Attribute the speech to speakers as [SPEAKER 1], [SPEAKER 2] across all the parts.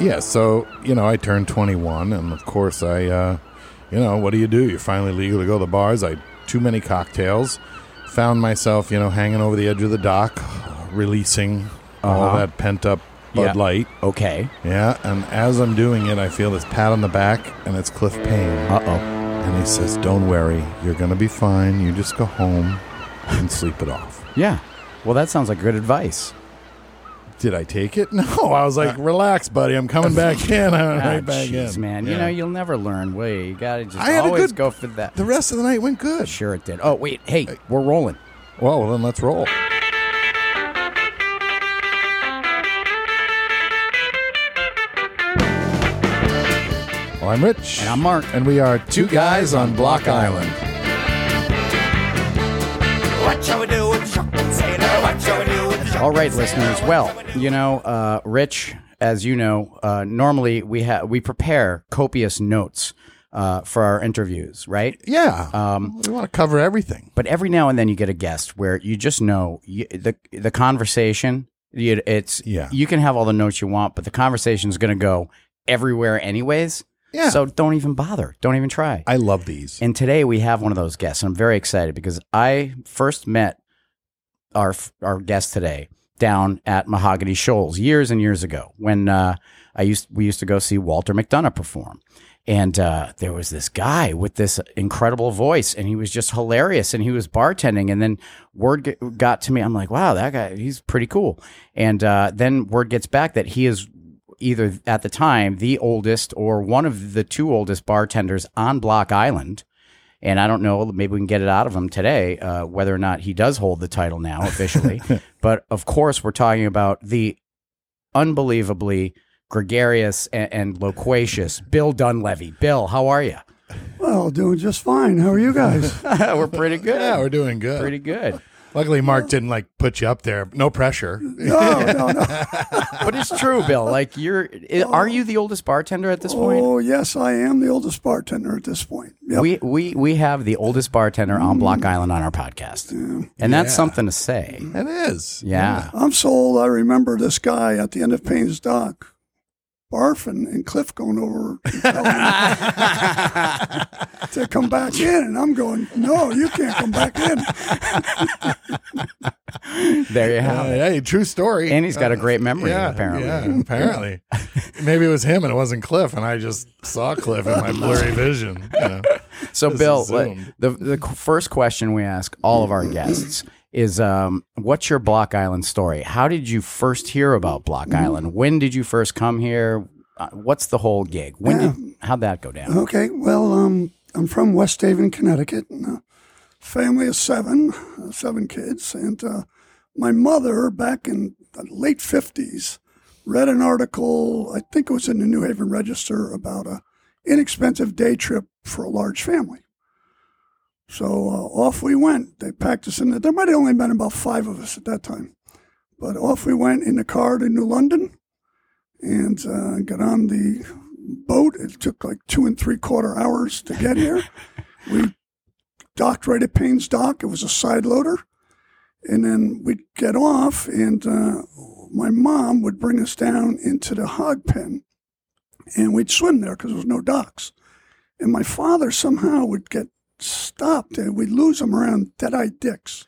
[SPEAKER 1] yeah, so you know, I turned 21, and of course, I, uh, you know, what do you do? You're finally legal to go to the bars. I had too many cocktails, found myself, you know, hanging over the edge of the dock, releasing all
[SPEAKER 2] Uh-huh.
[SPEAKER 1] that pent up Bud
[SPEAKER 2] Yeah.
[SPEAKER 1] Light.
[SPEAKER 2] Okay.
[SPEAKER 1] Yeah, and as I'm doing it, I feel this pat on the back, and it's Cliff Payne,
[SPEAKER 2] Uh oh.
[SPEAKER 1] and he says, "Don't worry, you're gonna be fine. You just go home and sleep it off."
[SPEAKER 2] Yeah. Well, that sounds like good advice.
[SPEAKER 1] Did I take it? No, I was like, "Relax, buddy. I'm coming back in. I'm
[SPEAKER 2] Uh, Ah,
[SPEAKER 1] right back
[SPEAKER 2] jeez,
[SPEAKER 1] in."
[SPEAKER 2] man. You
[SPEAKER 1] Yeah.
[SPEAKER 2] know, you'll never learn. Well, you gotta just
[SPEAKER 1] I had a
[SPEAKER 2] always
[SPEAKER 1] good-
[SPEAKER 2] go for that.
[SPEAKER 1] the rest of the night went good.
[SPEAKER 2] Sure, it did. Oh, wait. Hey, we're rolling.
[SPEAKER 1] Well, well, then let's roll. Well, I'm Rich.
[SPEAKER 2] And I'm Mark.
[SPEAKER 1] And we are two guys on Block Island.
[SPEAKER 3] What shall we do with the drunken sailor? What shall we do with the drunken
[SPEAKER 2] All right, listeners. Well, you know, uh, Rich, as you know, uh, normally we have we prepare copious notes uh, for our interviews, right?
[SPEAKER 1] Yeah. Um, we want to cover everything.
[SPEAKER 2] But every now and then you get a guest where you just know you, the the conversation. You, it's
[SPEAKER 1] Yeah.
[SPEAKER 2] You can have all the notes you want, but the conversation is going to go everywhere, anyways.
[SPEAKER 1] Yeah.
[SPEAKER 2] So don't even bother. Don't even try.
[SPEAKER 1] I love these.
[SPEAKER 2] And today we have one of those guests, and I'm very excited because I first met our our guest today down at Mahogany Shoals years and years ago when uh, I used we used to go see Walter McDonough perform. And uh, there was this guy with this incredible voice, and he was just hilarious. And he was bartending, and then word g- got to me. I'm like, "Wow, that guy, he's pretty cool." And uh, then word gets back that he is either at the time the oldest or one of the two oldest bartenders on Block Island. And I don't know, maybe we can get it out of him today, uh, whether or not he does hold the title now officially. but of course, we're talking about the unbelievably gregarious and, and loquacious Bill Dunleavy. Bill, how are you?
[SPEAKER 4] Well, doing just fine. How are you guys?
[SPEAKER 2] we're pretty good.
[SPEAKER 1] yeah, we're doing good.
[SPEAKER 2] pretty good.
[SPEAKER 1] Luckily, Mark didn't like put you up there. No pressure.
[SPEAKER 4] No, Oh, no, no.
[SPEAKER 2] But it's true, Bill. Like you're, i- are you the oldest bartender at this point?
[SPEAKER 4] Oh, yes, I am the oldest bartender at this point. Yep.
[SPEAKER 2] We, we we have the oldest bartender on Block Island on our podcast, and that's something to say.
[SPEAKER 1] It is.
[SPEAKER 2] Yeah.
[SPEAKER 4] I'm so old, I remember this guy at the end of Payne's Dock barfing and Cliff going over and telling him to come back in. And I'm going, no, you can't come back in.
[SPEAKER 2] There you
[SPEAKER 1] Uh,
[SPEAKER 2] have it.
[SPEAKER 1] hey, true story. Uh,
[SPEAKER 2] And he's got a great memory,
[SPEAKER 1] yeah,
[SPEAKER 2] apparently.
[SPEAKER 1] Yeah, apparently. Maybe it was him and it wasn't Cliff, and I just saw Cliff in my blurry vision. you know.
[SPEAKER 2] So,
[SPEAKER 1] This
[SPEAKER 2] Bill,
[SPEAKER 1] is
[SPEAKER 2] like,
[SPEAKER 1] Zoom.
[SPEAKER 2] the the qu- first question we ask all of our guests is, um, "What's your Block Island story? How did you first hear about Block Island? When did you first come here? Uh, what's the whole gig? When did how'd that go down?
[SPEAKER 4] Okay, well, um, I'm from West Haven, Connecticut. And a family of seven, uh, seven kids. And uh, my mother, back in the late 50s, read an article, I think it was in the New Haven Register, about a inexpensive day trip for a large family. So uh, off we went. They packed us in. The, there might have only been about five of us at that time. But off we went in the car to New London and uh, got on the boat. It took like two and three quarter hours to get here. we docked right at Payne's Dock. It was a side loader. And then we'd get off, and uh, my mom would bring us down into the hog pen, and we'd swim there because there was no docks. And my father somehow would get stopped, and we'd lose him around Deadeye Dicks.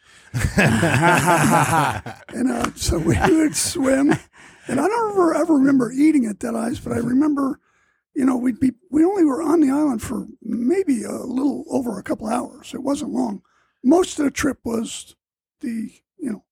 [SPEAKER 4] And uh, so we would swim. And I don't ever, ever remember eating at Deadeye's, but I remember, you know, we'd be, we only were on the island for maybe a little over a couple hours. It wasn't long. Most of the trip was the, you know,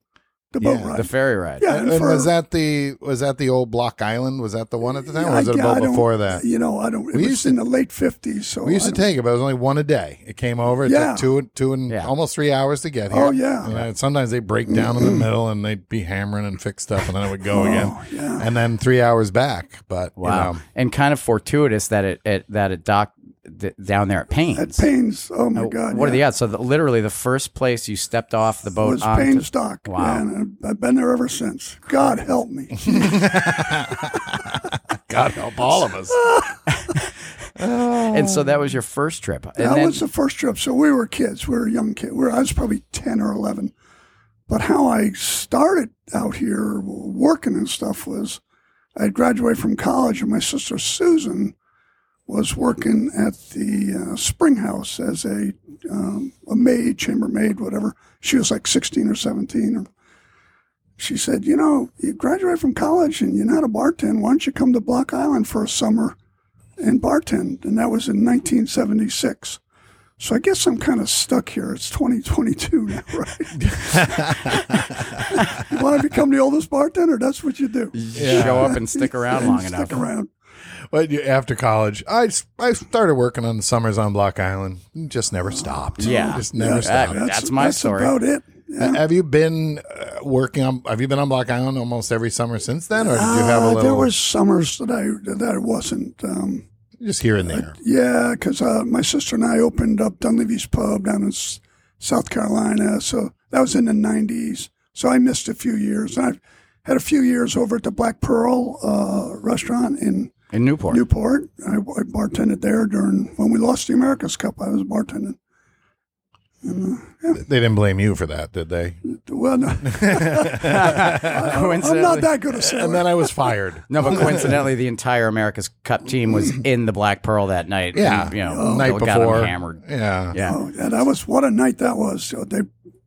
[SPEAKER 4] the boat
[SPEAKER 1] Yeah,
[SPEAKER 4] ride.
[SPEAKER 2] The ferry ride.
[SPEAKER 4] yeah,
[SPEAKER 1] And
[SPEAKER 4] for-
[SPEAKER 1] was that the was that the old Block Island? Was that the one at the time,
[SPEAKER 4] yeah,
[SPEAKER 1] or was
[SPEAKER 4] I-
[SPEAKER 1] it a
[SPEAKER 4] yeah, I
[SPEAKER 1] boat
[SPEAKER 4] don't-
[SPEAKER 1] before that?
[SPEAKER 4] You know, I don't. It
[SPEAKER 1] We
[SPEAKER 4] was
[SPEAKER 1] used to-
[SPEAKER 4] in the late fifties, so
[SPEAKER 1] We used
[SPEAKER 4] I
[SPEAKER 1] to take it, but it was only one a day. It came over. It
[SPEAKER 4] Yeah.
[SPEAKER 1] took two and two and
[SPEAKER 2] Yeah.
[SPEAKER 1] almost three hours to get here.
[SPEAKER 4] Oh, yeah. Mm-hmm.
[SPEAKER 1] And then sometimes they break down in the middle, and they'd be hammering and fix stuff, and then it would go again.
[SPEAKER 4] Oh, yeah.
[SPEAKER 1] And then three hours back. But
[SPEAKER 2] Wow.
[SPEAKER 1] you know,
[SPEAKER 2] And kind of fortuitous that it, it that it docked d- down there at Payne's.
[SPEAKER 4] at Payne's. Oh my
[SPEAKER 2] Uh,
[SPEAKER 4] God!
[SPEAKER 2] what are
[SPEAKER 4] yeah.
[SPEAKER 2] the odds? So the, literally, the first place you stepped off the
[SPEAKER 4] It
[SPEAKER 2] boat
[SPEAKER 4] was
[SPEAKER 2] onto-
[SPEAKER 4] Payne's Dock.
[SPEAKER 2] Wow.
[SPEAKER 4] Man, I've been there ever since. God help me.
[SPEAKER 1] God help all of us.
[SPEAKER 2] and so that was your first trip. And
[SPEAKER 4] that
[SPEAKER 2] then,
[SPEAKER 4] was the first trip. So we were kids. We were young kids. We were, I was probably 10 or 11. But how I started out here working and stuff was I had graduated from college, and my sister Susan was working at the uh, spring house as a um, a maid, chambermaid, whatever. She was like 16 or 17. Or she said, "You know, you graduated from college and you're not a bartend. Why don't you come to Block Island for a summer and bartend?" And that was in 1976. So I guess I'm kind of stuck here. It's 2022 now, right? you want to become the oldest bartender? That's what you do.
[SPEAKER 2] Show up and stick around
[SPEAKER 4] And
[SPEAKER 2] long
[SPEAKER 4] stick
[SPEAKER 2] enough.
[SPEAKER 4] around.
[SPEAKER 1] But you- after college, I, s- I started working on the summers on Block Island. Just never stopped.
[SPEAKER 2] Yeah.
[SPEAKER 1] just never
[SPEAKER 2] Yeah.
[SPEAKER 1] stopped.
[SPEAKER 2] That's my story.
[SPEAKER 4] about it. Yeah.
[SPEAKER 1] Uh, Have you been uh, working on? Have you been on Block Island almost every summer since then, or did you have a
[SPEAKER 4] Uh,
[SPEAKER 1] little?
[SPEAKER 4] there was summers that I that I wasn't. Um,
[SPEAKER 1] just here and there.
[SPEAKER 4] yeah, because uh, my sister and I opened up Dunleavy's Pub down in S- South Carolina. So that was in the '90s. So I missed a few years. And I've had a few years over at the Black Pearl uh, restaurant in
[SPEAKER 2] In Newport.
[SPEAKER 4] Newport. I, I bartended there during when we lost the America's Cup. I was bartending.
[SPEAKER 1] They didn't blame you for that, did they?
[SPEAKER 4] Well, no, I'm
[SPEAKER 2] Coincidentally-
[SPEAKER 4] not that good a sailor.
[SPEAKER 1] And then I was fired.
[SPEAKER 2] No, but coincidentally, the entire America's Cup team was in the Black Pearl that Oh. night.
[SPEAKER 1] Yeah,
[SPEAKER 2] and, you know,
[SPEAKER 1] night
[SPEAKER 2] got them
[SPEAKER 1] before.
[SPEAKER 2] hammered.
[SPEAKER 1] Yeah,
[SPEAKER 2] Yeah.
[SPEAKER 4] Oh, yeah, that was what a night that was. So they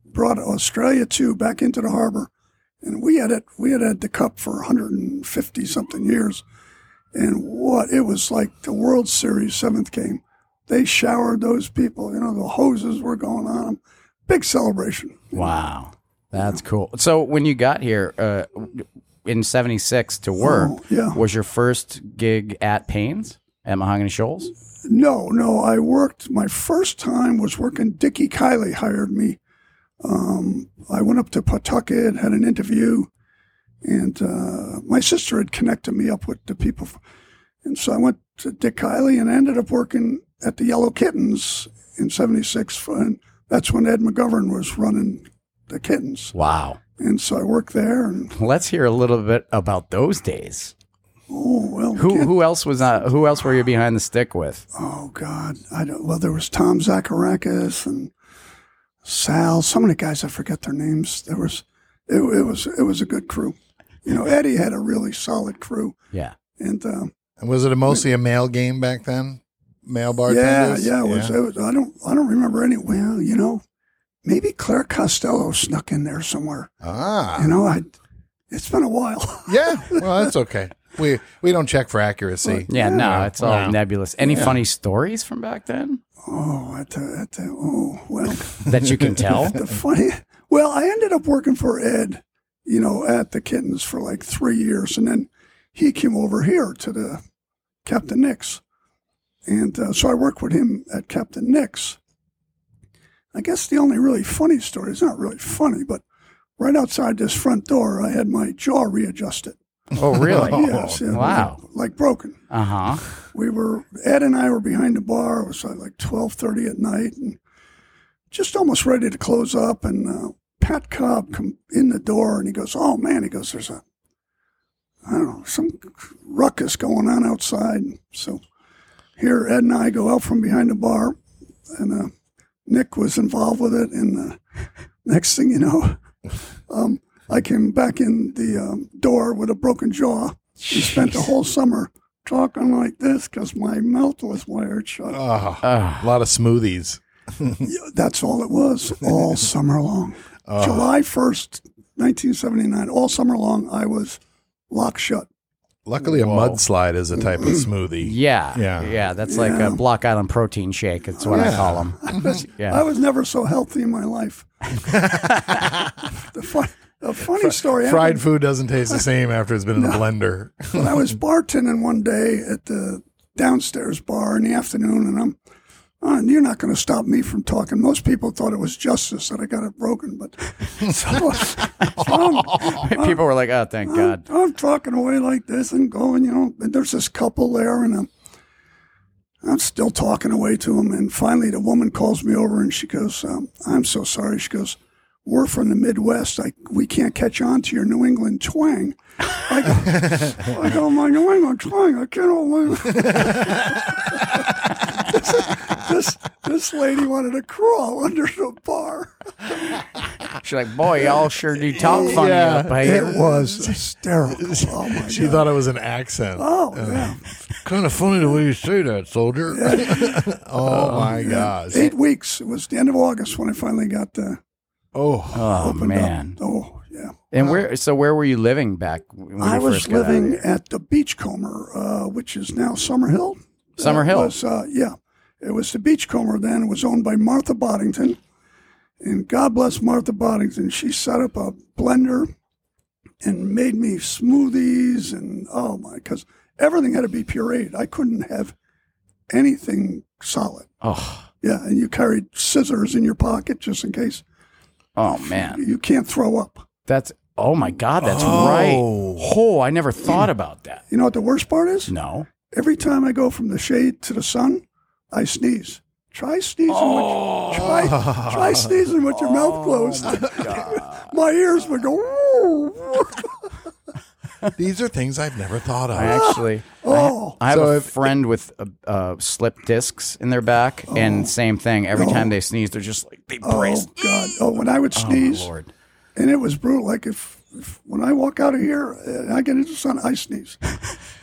[SPEAKER 4] brought Australia too back into the harbor, and we had it. We had had the cup for 150 something years, and what it was like the World Series seventh game. They showered those people. You know, the hoses were going on 'em. Big celebration.
[SPEAKER 2] Wow, that's cool. So when you got here uh, in '76 to work,
[SPEAKER 4] Oh, yeah.
[SPEAKER 2] was your first gig at Payne's at Mahogany Shoals?
[SPEAKER 4] No, no. I worked. My first time was working. Dickie Kiley hired me. Um, I went up to Pawtucket, had an interview, and uh, my sister had connected me up with the people. f- And so I went to Dick Kiley and I ended up working at the Yellow Kittens in '76. for- And that's when Ed McGovern was running the Kittens.
[SPEAKER 2] Wow.
[SPEAKER 4] And so I worked there. And
[SPEAKER 2] Let's hear a little bit about those days.
[SPEAKER 4] oh well, we
[SPEAKER 2] Who
[SPEAKER 4] can't-
[SPEAKER 2] who else was uh, who else were you behind the stick with?
[SPEAKER 4] Oh God, I don't. Well, there was Tom Zacharakis and Sal. So many guys, I forget their names. There was, it, it was, it was a good crew. You know, Eddie had a really solid crew,
[SPEAKER 2] Yeah.
[SPEAKER 4] and um,
[SPEAKER 1] And was it a mostly a male game back then? Male
[SPEAKER 4] yeah,
[SPEAKER 1] bartenders.
[SPEAKER 4] yeah, it was, It was. I don't, I don't remember any. Well, you know, maybe Claire Costello snuck in there somewhere.
[SPEAKER 1] Ah,
[SPEAKER 4] You know, I. It's been a while.
[SPEAKER 1] yeah. Well, that's okay. We we don't check for accuracy.
[SPEAKER 2] Yeah, no, it's all
[SPEAKER 1] Wow.
[SPEAKER 2] nebulous. Any funny stories from back then
[SPEAKER 4] Oh, I tell, I tell, oh well.
[SPEAKER 2] that you can tell?
[SPEAKER 4] Oh, the funny. Well, I ended up working for Ed, you know, at the Kittens for like three years, and then he came over here to the Captain Nick's, and uh, so I worked with him at Captain Nick's. I guess the only really funny story is not really funny, but right outside this front door, I had my jaw readjusted.
[SPEAKER 2] oh, really?
[SPEAKER 4] yes, it was
[SPEAKER 2] wow.
[SPEAKER 4] like broken
[SPEAKER 2] Uh huh.
[SPEAKER 4] we were Ed and I were behind the bar. It was uh, like twelve thirty at night, and just almost ready to close up. And uh, Pat Cobb come in the door, and he goes, "Oh man," he goes, "There's a, I don't know, some ruckus going on outside." So here, Ed and I go out from behind the bar, and uh, Nick was involved with it. And uh, next thing you know, um, I came back in the um, door with a broken jaw. We spent the whole summer talking like this because my mouth was wired shut.
[SPEAKER 1] Oh,
[SPEAKER 2] Uh,
[SPEAKER 1] a lot of smoothies.
[SPEAKER 4] Yeah, That's all it was all summer long.
[SPEAKER 1] Oh. Ah.
[SPEAKER 4] July 1st, 1979, all summer long, I was locked shut.
[SPEAKER 1] Luckily, a mudslide is a type of smoothie.
[SPEAKER 2] yeah.
[SPEAKER 1] Yeah.
[SPEAKER 2] Yeah. That's like a Block Island protein shake. That's what I call them.
[SPEAKER 4] I
[SPEAKER 2] yeah.
[SPEAKER 4] was never so healthy in my life. the, fun, the funny story
[SPEAKER 1] Fried food doesn't taste the same after it's been in the blender.
[SPEAKER 4] when I was bartending one day at the downstairs bar in the afternoon, and I'm, oh, and you're not going to stop me from talking. Most people thought it was justice that I got it broken, but so, so I'm,
[SPEAKER 2] People were like, oh, thank God.
[SPEAKER 4] I'm, I'm talking away like this and going, you know, and there's this couple there, and I'm, I'm still talking away to them. And finally, the woman calls me over and she goes, um, I'm so sorry. She goes, We're from the Midwest. I, we can't catch on to your New England twang. I go, I go my New England twang. I can't. this this lady wanted to crawl under the bar.
[SPEAKER 2] She's like, boy, y'all sure do talk funny
[SPEAKER 1] Yeah.
[SPEAKER 2] up here.
[SPEAKER 4] It was hysterical. Oh my
[SPEAKER 1] She
[SPEAKER 4] god!
[SPEAKER 1] thought it was an accent.
[SPEAKER 4] Oh yeah.
[SPEAKER 1] Kind of funny the way you say that, soldier. oh my gosh.
[SPEAKER 4] Eight weeks. It was the end of August when I finally got the.
[SPEAKER 1] Oh,
[SPEAKER 2] Oh
[SPEAKER 4] opened
[SPEAKER 2] man!
[SPEAKER 4] Up. Oh yeah.
[SPEAKER 2] And where? So where were you living back when
[SPEAKER 4] I
[SPEAKER 2] you
[SPEAKER 4] was
[SPEAKER 2] first got out of
[SPEAKER 4] living
[SPEAKER 2] here?
[SPEAKER 4] at the Beachcomber, uh, which is now Summerhill.
[SPEAKER 2] Summerhill.
[SPEAKER 4] It was, uh, yeah, it was the Beachcomber then. It was owned by Martha Boddington, and God bless Martha Boddington. She set up a blender and made me smoothies and oh my, because everything had to be pureed. I couldn't have anything solid.
[SPEAKER 2] Oh,
[SPEAKER 4] Yeah, and you carried scissors in your pocket just in case
[SPEAKER 2] oh man!
[SPEAKER 4] you can't throw up.
[SPEAKER 2] That's oh my god! That's right. Oh, I never thought about that.
[SPEAKER 4] You know what the worst part is?
[SPEAKER 2] No.
[SPEAKER 4] Every time I go from the shade to the sun, I sneeze. Try sneezing.
[SPEAKER 1] Oh.
[SPEAKER 4] With, try, try sneezing with your mouth closed. My, ears would go. oh, "Whoa."
[SPEAKER 1] these are things I've never thought
[SPEAKER 2] I
[SPEAKER 1] of.
[SPEAKER 2] actually,
[SPEAKER 4] Oh,
[SPEAKER 2] I have
[SPEAKER 1] So
[SPEAKER 2] a
[SPEAKER 1] if-
[SPEAKER 2] friend with uh, uh, slip discs in their back,
[SPEAKER 1] Oh.
[SPEAKER 2] and same thing. Every time they sneeze, they're just like they brace.
[SPEAKER 4] oh God! Oh, when I would sneeze,
[SPEAKER 2] Lord.
[SPEAKER 4] and it was brutal. Like if, if when I walk out of here and I get into the sun, I sneeze.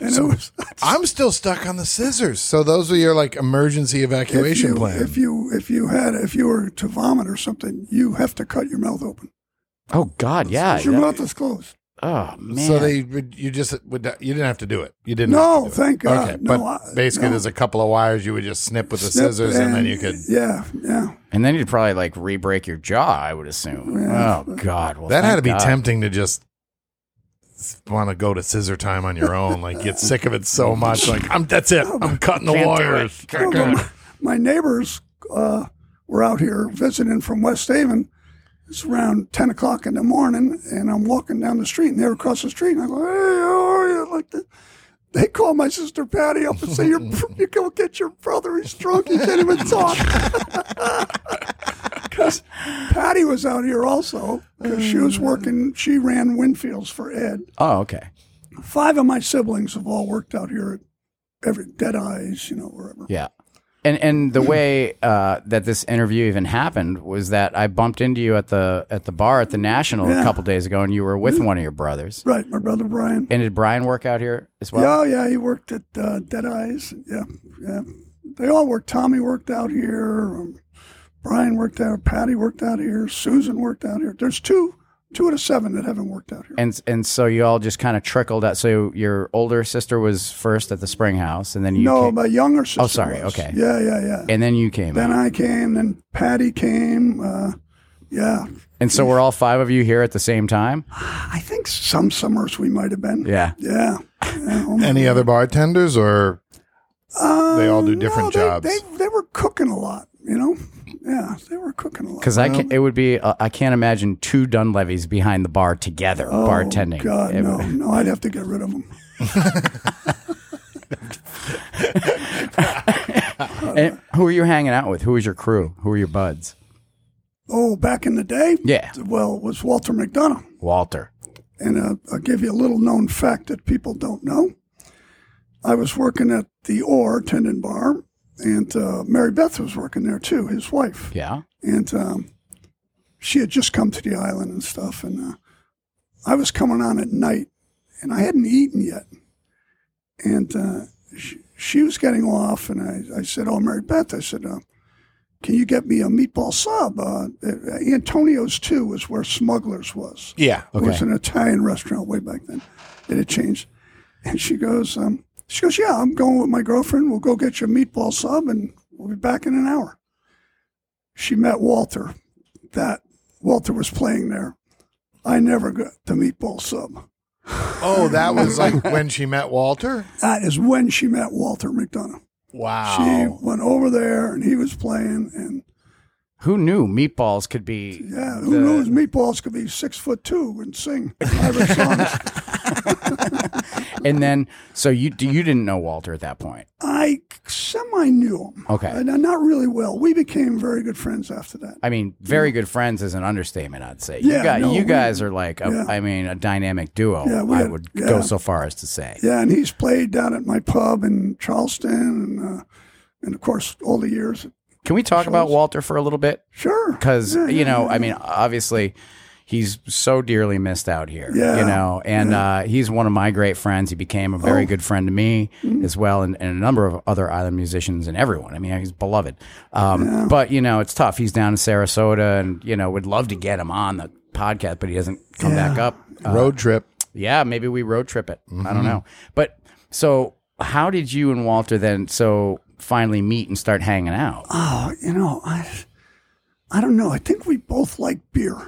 [SPEAKER 4] And it was
[SPEAKER 1] I'm still stuck on the scissors. So those are your like emergency
[SPEAKER 4] if
[SPEAKER 1] evacuation
[SPEAKER 4] you,
[SPEAKER 1] plan.
[SPEAKER 4] if you if you had if you were to vomit or something, you have to cut your mouth open.
[SPEAKER 2] Oh God! Yeah.
[SPEAKER 4] Your
[SPEAKER 2] that-
[SPEAKER 4] mouth is closed.
[SPEAKER 2] oh man.
[SPEAKER 1] so they would- you just would you didn't have to do it. You didn't.
[SPEAKER 4] No,
[SPEAKER 1] have to do
[SPEAKER 4] thank
[SPEAKER 1] it.
[SPEAKER 4] God.
[SPEAKER 1] Okay,
[SPEAKER 4] No,
[SPEAKER 1] but
[SPEAKER 4] I-
[SPEAKER 1] basically,
[SPEAKER 4] no.
[SPEAKER 1] there's a couple of wires you would just snip with the
[SPEAKER 4] Snip
[SPEAKER 1] scissors, and, then you could.
[SPEAKER 4] Yeah, yeah.
[SPEAKER 2] and then you'd probably like re-break your jaw. I would assume.
[SPEAKER 4] Yeah.
[SPEAKER 2] Oh God! Well,
[SPEAKER 1] that had
[SPEAKER 2] thank
[SPEAKER 1] to be
[SPEAKER 2] God.
[SPEAKER 1] tempting to just want to go to scissor time on your own. like get sick of it so much. Like I'm. That's it. I'm cutting the
[SPEAKER 2] Can't do it.
[SPEAKER 1] wires.
[SPEAKER 2] Can't do
[SPEAKER 4] Well,
[SPEAKER 2] it.
[SPEAKER 4] my, my neighbors uh, were out here visiting from West Haven. It's around 10 o'clock in the morning, and I'm walking down the street, and they're across the street, and I go, hey, how are you? Like the, they call my sister Patty up and say, Your, you go get your brother, he's drunk, he can't even talk. Because Patty was out here also, because she was working, she ran Winfield's for Ed
[SPEAKER 2] Oh, okay.
[SPEAKER 4] five of my siblings have all worked out here at every Dead Eyes, you know, wherever.
[SPEAKER 2] Yeah. And and the way uh, that this interview even happened was that I bumped into you at the at the bar at the National a
[SPEAKER 4] Yeah.
[SPEAKER 2] couple days ago, and you were
[SPEAKER 1] Mm-hmm.
[SPEAKER 2] with one of your brothers.
[SPEAKER 4] Right, my brother Brian.
[SPEAKER 2] And did Brian work out here as well?
[SPEAKER 4] Yeah, yeah, he worked at uh, Dead Eyes. Yeah, yeah. They all worked. Tommy worked out here. Um, Brian worked out. Patty worked out here. Susan worked out here. There's two, two out of seven that haven't worked out here.
[SPEAKER 2] And and so you all just kind of trickled out. So your older sister was first at the spring house, and then you
[SPEAKER 4] no,
[SPEAKER 2] came,
[SPEAKER 4] my younger sister.
[SPEAKER 2] sorry,
[SPEAKER 4] was.
[SPEAKER 2] okay.
[SPEAKER 4] Yeah, yeah, yeah.
[SPEAKER 2] and then you came.
[SPEAKER 4] then
[SPEAKER 2] out.
[SPEAKER 4] I came. Then Patty came. Uh, yeah,
[SPEAKER 2] And so we're all five of you here at the same time.
[SPEAKER 4] I think some summers we might have been.
[SPEAKER 2] Yeah.
[SPEAKER 4] Yeah. yeah oh my
[SPEAKER 1] Any other bartenders or
[SPEAKER 4] Uh,
[SPEAKER 1] They all do different
[SPEAKER 4] they-
[SPEAKER 1] jobs.
[SPEAKER 4] They, they were cooking a lot, you know. Yeah, they were cooking a lot.
[SPEAKER 2] Because I can, it would be uh, I can't imagine two Dunleavys behind the bar together
[SPEAKER 4] Oh,
[SPEAKER 2] bartending.
[SPEAKER 4] God,
[SPEAKER 2] It-
[SPEAKER 4] no, no, I'd have to get rid of them.
[SPEAKER 2] And who are you hanging out with? Who was your crew? Who were your buds?
[SPEAKER 4] Oh, back in the day,
[SPEAKER 2] Yeah,
[SPEAKER 4] well, it was Walter McDonough,
[SPEAKER 2] Walter.
[SPEAKER 4] and uh, I'll give you a little known fact that people don't know. I was working at the Orr Tendon Bar, and uh, Mary Beth was working there too, his wife.
[SPEAKER 2] Yeah.
[SPEAKER 4] and um, she had just come to the island and stuff. And uh, I was coming on at night, and I hadn't eaten yet. And uh, she, she was getting off, and I, I said, "Oh, Mary Beth," I said, uh, "Can you get me a meatball sub?" Uh, at Antonio's too was where Smugglers was.
[SPEAKER 1] yeah.
[SPEAKER 4] It was an Italian restaurant way back then. It had changed. And she goes, um, she goes, yeah, I'm going with my girlfriend. We'll go get you a meatball sub and we'll be back in an hour. She met Walter. That Walter was playing there. I never got the meatball sub.
[SPEAKER 1] Oh, that was like when she met Walter.
[SPEAKER 4] That is when she met Walter McDonough. She
[SPEAKER 1] Wow.
[SPEAKER 4] went over there and he was playing and
[SPEAKER 2] Who knew meatballs could be?
[SPEAKER 4] yeah, who knows meatballs could be six foot two and sing Irish songs.
[SPEAKER 2] And then, so you you didn't know Walter at that point.
[SPEAKER 4] I semi knew him.
[SPEAKER 2] Okay.
[SPEAKER 4] Uh, no, not really well. We became very good friends after that.
[SPEAKER 2] I mean, very good friends is an understatement. I'd say. you
[SPEAKER 4] Yeah,
[SPEAKER 2] guys,
[SPEAKER 4] no,
[SPEAKER 2] you
[SPEAKER 4] we-
[SPEAKER 2] guys are like, a,
[SPEAKER 4] yeah.
[SPEAKER 2] I mean, a dynamic duo.
[SPEAKER 4] Yeah, we
[SPEAKER 2] I
[SPEAKER 4] had-
[SPEAKER 2] would
[SPEAKER 4] yeah.
[SPEAKER 2] go so far as to say.
[SPEAKER 4] Yeah, and he's played down at my pub in Charleston and uh, and of course all the years.
[SPEAKER 2] Can we talk about
[SPEAKER 4] Shows.
[SPEAKER 2] Walter for a little bit?
[SPEAKER 4] Sure,
[SPEAKER 2] Because,
[SPEAKER 4] Yeah,
[SPEAKER 2] you
[SPEAKER 4] yeah,
[SPEAKER 2] know,
[SPEAKER 4] yeah,
[SPEAKER 2] I mean, obviously, he's so dearly missed out here.
[SPEAKER 4] Yeah. Oh.
[SPEAKER 2] You know, and uh, he's one of my great friends. He became a very good friend to me
[SPEAKER 4] Mm-hmm.
[SPEAKER 2] as well, and, and a number of other island musicians and everyone. I mean, he's beloved. Um, But, you know, it's tough. He's down in Sarasota and, you know, would love to get him on the podcast, but he doesn't come back up. Uh,
[SPEAKER 1] Road trip.
[SPEAKER 2] Yeah, maybe we road trip it. I don't know. But so, how did you and Walter then so finally meet and start hanging out?
[SPEAKER 4] Oh, you know, I, I don't know. I think we both like beer.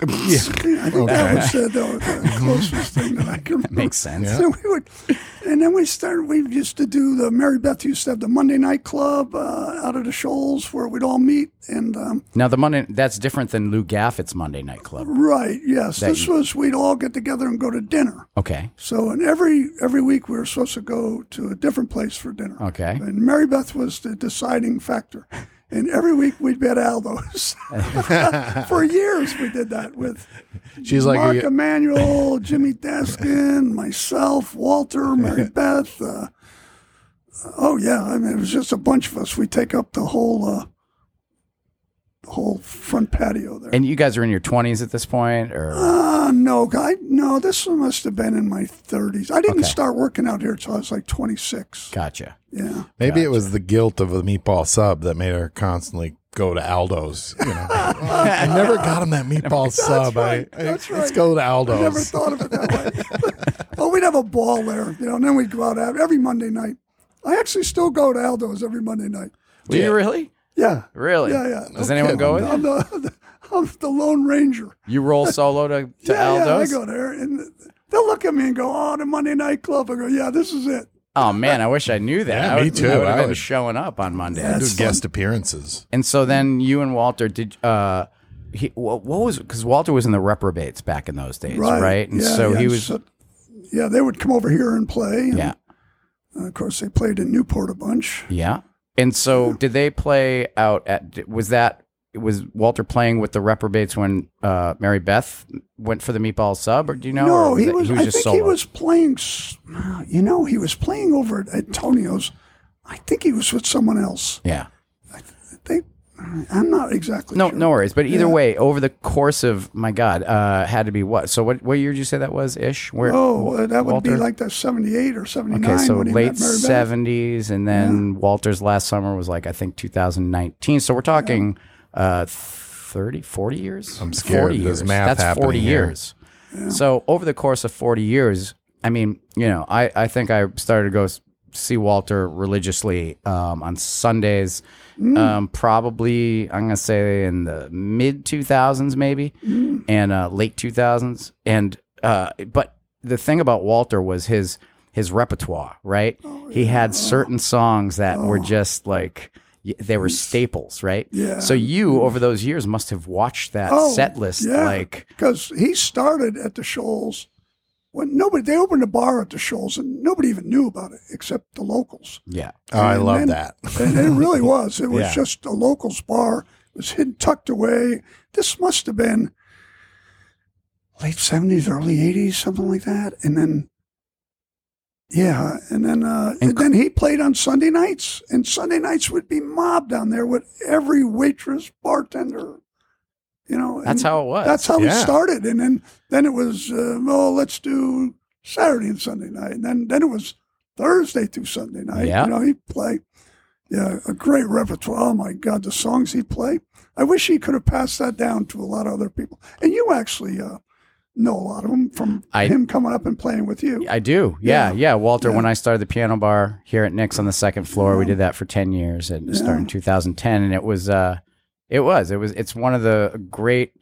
[SPEAKER 4] Yeah. I think that was uh, the, the closest thing that I can remember.
[SPEAKER 2] Mm-hmm. Makes sense.
[SPEAKER 4] So we would, and then we started. We used to do the Mary Beth used to have the Monday night club uh, out of the Shoals where we'd all meet. And um,
[SPEAKER 2] Now the Monday that's different than Lou Gaffett's Monday Night Club.
[SPEAKER 4] right, yes,
[SPEAKER 2] That
[SPEAKER 4] this
[SPEAKER 2] you-
[SPEAKER 4] was we'd all get together and go to dinner.
[SPEAKER 2] Okay.
[SPEAKER 4] So and every every week we were supposed to go to a different place for dinner.
[SPEAKER 2] Okay.
[SPEAKER 4] And Mary Beth was the deciding factor. And every week we'd be at Aldo's. For years we did that with
[SPEAKER 1] She's like,
[SPEAKER 4] Mark
[SPEAKER 1] you-
[SPEAKER 4] Emanuel, Jimmy Deskin, myself, Walter, Mary Beth. Uh, oh yeah, I mean it was just a bunch of us. We take up the whole uh, the whole front patio there.
[SPEAKER 2] And you guys are in your twenties at this point, or
[SPEAKER 4] Uh, no, I no. This one must have been in my 30s. I didn't
[SPEAKER 2] Okay.
[SPEAKER 4] start working out here until I was like 26.
[SPEAKER 2] gotcha.
[SPEAKER 4] Yeah,
[SPEAKER 1] maybe it was the guilt of the meatball sub that made her constantly go to Aldo's. You know, I never got him that meatball sub.
[SPEAKER 4] right,
[SPEAKER 1] I, I-
[SPEAKER 4] that's
[SPEAKER 1] Let's
[SPEAKER 4] right.
[SPEAKER 1] go to
[SPEAKER 4] I never
[SPEAKER 1] Aldo's.
[SPEAKER 4] thought of it that way. oh, we'd have a ball there, you know, and then we'd go out have- every Monday night. I actually still go to Aldo's every Monday night.
[SPEAKER 2] Do you really?
[SPEAKER 4] Yeah,
[SPEAKER 2] Really?
[SPEAKER 4] Yeah, yeah.
[SPEAKER 2] Does
[SPEAKER 1] No kidding.
[SPEAKER 2] anyone go with you?
[SPEAKER 4] I'm the, I'm the Lone Ranger.
[SPEAKER 2] You roll solo to, to
[SPEAKER 4] yeah, yeah, I
[SPEAKER 2] Aldo's?
[SPEAKER 4] go there, and they'll look at me and go, "Oh, the Monday night club." I go, "Yeah, this is it."
[SPEAKER 2] oh man, I wish I knew that.
[SPEAKER 1] Yeah,
[SPEAKER 2] I
[SPEAKER 1] me
[SPEAKER 2] would,
[SPEAKER 1] too.
[SPEAKER 2] I would have
[SPEAKER 1] I
[SPEAKER 2] been
[SPEAKER 1] would-
[SPEAKER 2] showing up on Monday.
[SPEAKER 1] Do guest appearances.
[SPEAKER 2] And
[SPEAKER 4] Mm-hmm.
[SPEAKER 2] so then you and Walter did. Uh, he, what, what was because Walter was in the reprobates back in those days, right? And
[SPEAKER 4] yeah,
[SPEAKER 2] so
[SPEAKER 4] yeah.
[SPEAKER 2] he was.
[SPEAKER 4] So- yeah, they would come over here and play. and,
[SPEAKER 2] yeah,
[SPEAKER 4] uh, of course, they played in Newport a bunch.
[SPEAKER 2] yeah. And so did they play out at? Was that was Walter playing with the reprobates when uh, Mary Beth went for the meatball sub, or do you know? or
[SPEAKER 4] No, he
[SPEAKER 2] it-
[SPEAKER 4] was. I think he
[SPEAKER 2] solo?
[SPEAKER 4] was playing. s- You know, he was playing over at Antonio's. I think he was with someone else.
[SPEAKER 2] Yeah.
[SPEAKER 4] They, I'm not exactly.
[SPEAKER 2] No,
[SPEAKER 4] sure.
[SPEAKER 2] no worries. But either
[SPEAKER 4] Yeah.
[SPEAKER 2] way, over the course of my God, uh, had to be what? So what? What year did you say that was? Ish. Where?
[SPEAKER 4] Oh, uh, that would be
[SPEAKER 2] Walter?
[SPEAKER 4] like the '78 or '79.
[SPEAKER 2] Okay, so
[SPEAKER 4] when he
[SPEAKER 2] late
[SPEAKER 4] met Mary Beth.
[SPEAKER 2] seventies, and then Walter's last summer was like I think 2019. So we're talking uh, 30, 40 years. I'm
[SPEAKER 1] scared. There's math
[SPEAKER 2] That's
[SPEAKER 1] happening
[SPEAKER 2] 40
[SPEAKER 1] here.
[SPEAKER 2] years. So over the course of 40 years, I mean, you know, I I think I started to go s- see Walter religiously um, on Sundays. Um, probably I'm gonna say in the mid 2000s maybe, and uh, late 2000s, and uh, but the thing about Walter was his his repertoire, right? He had certain songs that were just like y- they were staples, right?
[SPEAKER 4] Yeah.
[SPEAKER 2] So you over those years must have watched that
[SPEAKER 4] Um, Oh,
[SPEAKER 2] set list
[SPEAKER 4] yeah.
[SPEAKER 2] like
[SPEAKER 4] because he started at the Shoals when nobody. They opened a bar at the Shoals and nobody even knew about it except the locals.
[SPEAKER 2] yeah.
[SPEAKER 1] Oh, I
[SPEAKER 4] And
[SPEAKER 1] love
[SPEAKER 4] then-
[SPEAKER 1] that.
[SPEAKER 4] and it really was. It was
[SPEAKER 1] Yeah.
[SPEAKER 4] just a locals bar. It was hidden, tucked away. This must have been late seventies, early eighties, something like that. And then, yeah, and then uh, and then he played on Sunday nights, and Sunday nights would be mobbed down there with every waitress, bartender. You know, and
[SPEAKER 2] That's how it was.
[SPEAKER 4] That's how we
[SPEAKER 1] Yeah.
[SPEAKER 4] started, and then then it was uh, well, let's do Saturday and Sunday night, and then then it was Thursday through Sunday night.
[SPEAKER 2] Yeah.
[SPEAKER 4] You know, he played yeah, a great repertoire. Oh my God, the songs he played. I wish he could have passed that down to a lot of other people. And you actually uh, know a lot of them from
[SPEAKER 2] I-
[SPEAKER 4] him coming up and playing with you.
[SPEAKER 2] I do. Yeah, yeah.
[SPEAKER 4] Yeah.
[SPEAKER 2] Walter, when I started the piano bar here at Nick's on the second floor, we did that for ten years and it started in 2010, and it was, uh, it was, it was, it's one of the great.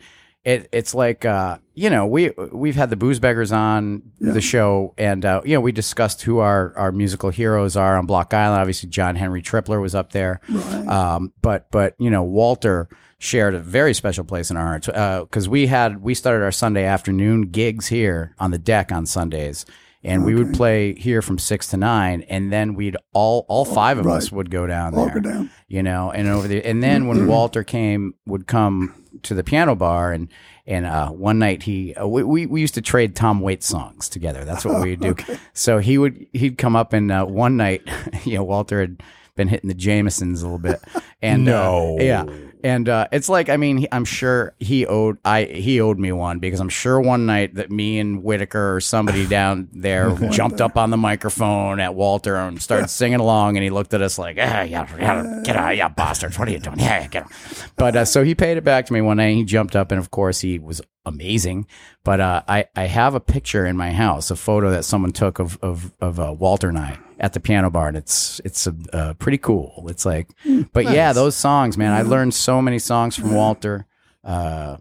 [SPEAKER 2] It, it's like uh, you know we we've had the booze beggars on the show and uh, you know we discussed who our, our musical heroes are on Block Island. Obviously, John Henry Tripler was up there, um, but but you know Walter shared a very special place in our hearts because we had we started our Sunday afternoon gigs here on the deck on Sundays, and we would play here from six to nine, and then we'd all all five of us would go down
[SPEAKER 4] All
[SPEAKER 2] there,
[SPEAKER 4] go down.
[SPEAKER 2] you know, and over the and then when Walter came would come to the piano bar and and uh, one night he uh, we, we we used to trade Tom Waits songs together. That's what we would do. So he would he'd come up and uh, one night, you know, Walter had. been been hitting the Jamesons a little bit. And uh,
[SPEAKER 1] No.
[SPEAKER 2] yeah, and uh, it's like I mean, he- I'm sure he owed I he owed me one because I'm sure one night that me and Whitaker or somebody down there jumped up on the microphone at Walter and started singing along, and he looked at us like, ah, yeah, yeah, get out, yeah, bastards, what are you doing? Yeah, get out. But uh, so he paid it back to me one night. And he jumped up, and of course he was amazing. But uh, I I have a picture in my house, a photo that someone took of of of uh, Walter and I at the piano bar, and it's it's uh, pretty cool. It's like,
[SPEAKER 4] Hmm,
[SPEAKER 2] but yeah, those songs, man. I learned so many songs from Walter. Uh,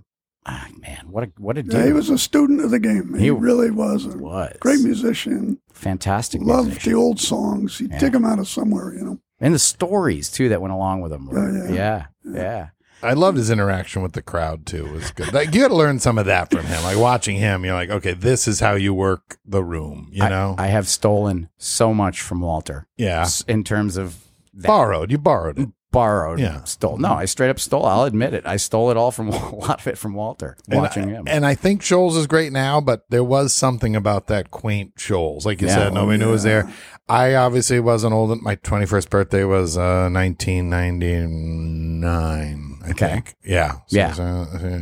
[SPEAKER 2] ah, man, what a what a dude
[SPEAKER 4] Yeah, he was a student of the game. He,
[SPEAKER 2] He
[SPEAKER 4] really was. A
[SPEAKER 2] was.
[SPEAKER 4] Great musician.
[SPEAKER 2] fantastic
[SPEAKER 4] Loved
[SPEAKER 2] musician.
[SPEAKER 4] the old songs. He'd 'em
[SPEAKER 2] Yeah.
[SPEAKER 4] dig them out of somewhere, you know.
[SPEAKER 2] and the stories too that went along with them. were-
[SPEAKER 4] Yeah,
[SPEAKER 2] Oh, yeah, yeah, yeah,
[SPEAKER 1] I loved his interaction with the crowd too. It was good. Like you got to learn some of that from him. Like watching him, you're like, okay, this is how you work the room. You
[SPEAKER 2] I-
[SPEAKER 1] know,
[SPEAKER 2] I, have stolen so much from Walter
[SPEAKER 1] yeah,
[SPEAKER 2] s- in terms of that.
[SPEAKER 1] borrowed. You borrowed it.
[SPEAKER 2] borrowed,
[SPEAKER 1] Yeah.
[SPEAKER 2] stole. No, I straight up stole. I'll admit it. I stole it all from a lot of it from Walter. Watching
[SPEAKER 1] and I,
[SPEAKER 2] him,
[SPEAKER 1] and I think Shoals is great now, but there was something about that quaint Shoals, like you
[SPEAKER 2] Yeah.
[SPEAKER 1] said, nobody knew it was there. I obviously wasn't old. My 21st birthday was uh, 1999. I
[SPEAKER 2] Okay.
[SPEAKER 1] think, yeah, So-
[SPEAKER 2] Yeah.
[SPEAKER 1] so, uh,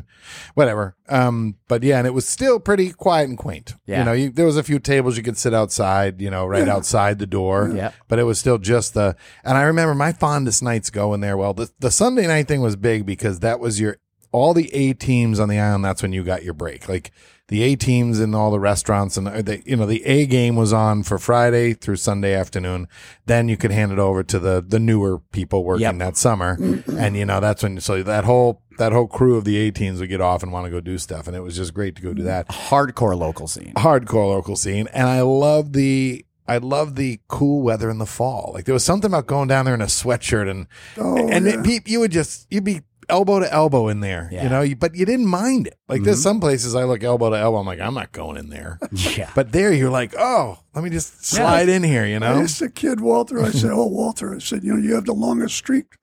[SPEAKER 1] whatever. Um, but yeah, and it was still pretty quiet and quaint.
[SPEAKER 2] Yeah.
[SPEAKER 1] you know, you, there was a few tables you could sit outside, you know, right outside the door.
[SPEAKER 2] Yep.
[SPEAKER 1] But it was still just the, and I remember my fondest nights going there. Well, the, the Sunday night thing was big because that was your, all the A teams on the island, that's when you got your break. Like the A teams in all the restaurants and uh, the, you know, the A game was on for Friday through Sunday afternoon. Then you could hand it over to the, the newer people working
[SPEAKER 2] Yep.
[SPEAKER 1] that summer. and you know, that's when, so that whole, that whole crew of the A teams would get off and want to go do stuff. And it was just great to go do that
[SPEAKER 2] hardcore local scene.
[SPEAKER 1] hardcore local scene and i love the i love the cool weather in the fall like there was something about going down there in a sweatshirt and
[SPEAKER 4] Oh,
[SPEAKER 1] and
[SPEAKER 4] yeah.
[SPEAKER 1] it, peep, you would just you'd be elbow to elbow in there you
[SPEAKER 2] Yeah.
[SPEAKER 1] know you, but you didn't mind it like
[SPEAKER 4] Mm-hmm.
[SPEAKER 1] there's some places i look elbow to elbow i'm like i'm not going in there
[SPEAKER 2] Yeah,
[SPEAKER 1] but there you're like oh let me just slide in here you
[SPEAKER 4] I
[SPEAKER 1] know
[SPEAKER 4] used to kid Walter. I said, "Oh, Walter," I said, "You know, you have the longest streak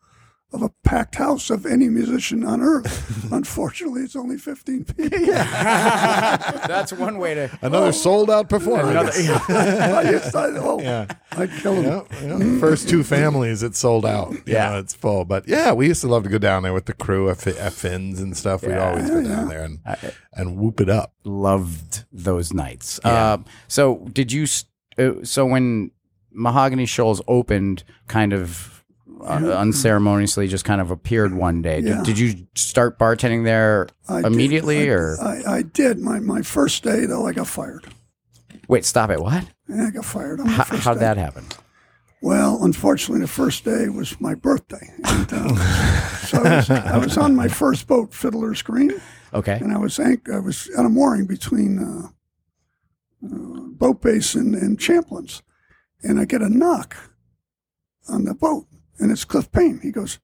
[SPEAKER 4] of a packed house of any musician on earth. Unfortunately, it's only 15 people."
[SPEAKER 2] that's one way to.
[SPEAKER 1] another sold out performance
[SPEAKER 4] I used to, oh,
[SPEAKER 1] Yeah.
[SPEAKER 4] I'd kill him.
[SPEAKER 1] Yeah, yeah. First two families, it sold out. Yeah,
[SPEAKER 2] Yeah.
[SPEAKER 1] it's full. But yeah, we used to love to go down there with the crew of F- Fins and stuff. We'd
[SPEAKER 2] Yeah.
[SPEAKER 1] always go down there and and whoop it up.
[SPEAKER 2] Loved those nights. Uh, so did you? s- Uh, so when Mahogany Shoals opened, kind of. Uh, unceremoniously, just kind of appeared one day. Did,
[SPEAKER 4] Yeah.
[SPEAKER 2] did you start bartending there
[SPEAKER 4] I did-
[SPEAKER 2] immediately,
[SPEAKER 4] I-
[SPEAKER 2] or
[SPEAKER 4] I, I did my my first day though. I got fired.
[SPEAKER 2] wait? Stop it! What?
[SPEAKER 4] Yeah, I got fired. On my
[SPEAKER 2] How,
[SPEAKER 4] first
[SPEAKER 2] how'd
[SPEAKER 4] day.
[SPEAKER 2] that happen?
[SPEAKER 4] Well, unfortunately, the first day was my birthday, and, uh, so I was, I was on my first boat, Fiddler's Green.
[SPEAKER 2] Okay.
[SPEAKER 4] and I was anch- I was on a mooring between uh, uh, boat base and, and Champlin's, and I get a knock on the boat, and it's Cliff Payne. He goes,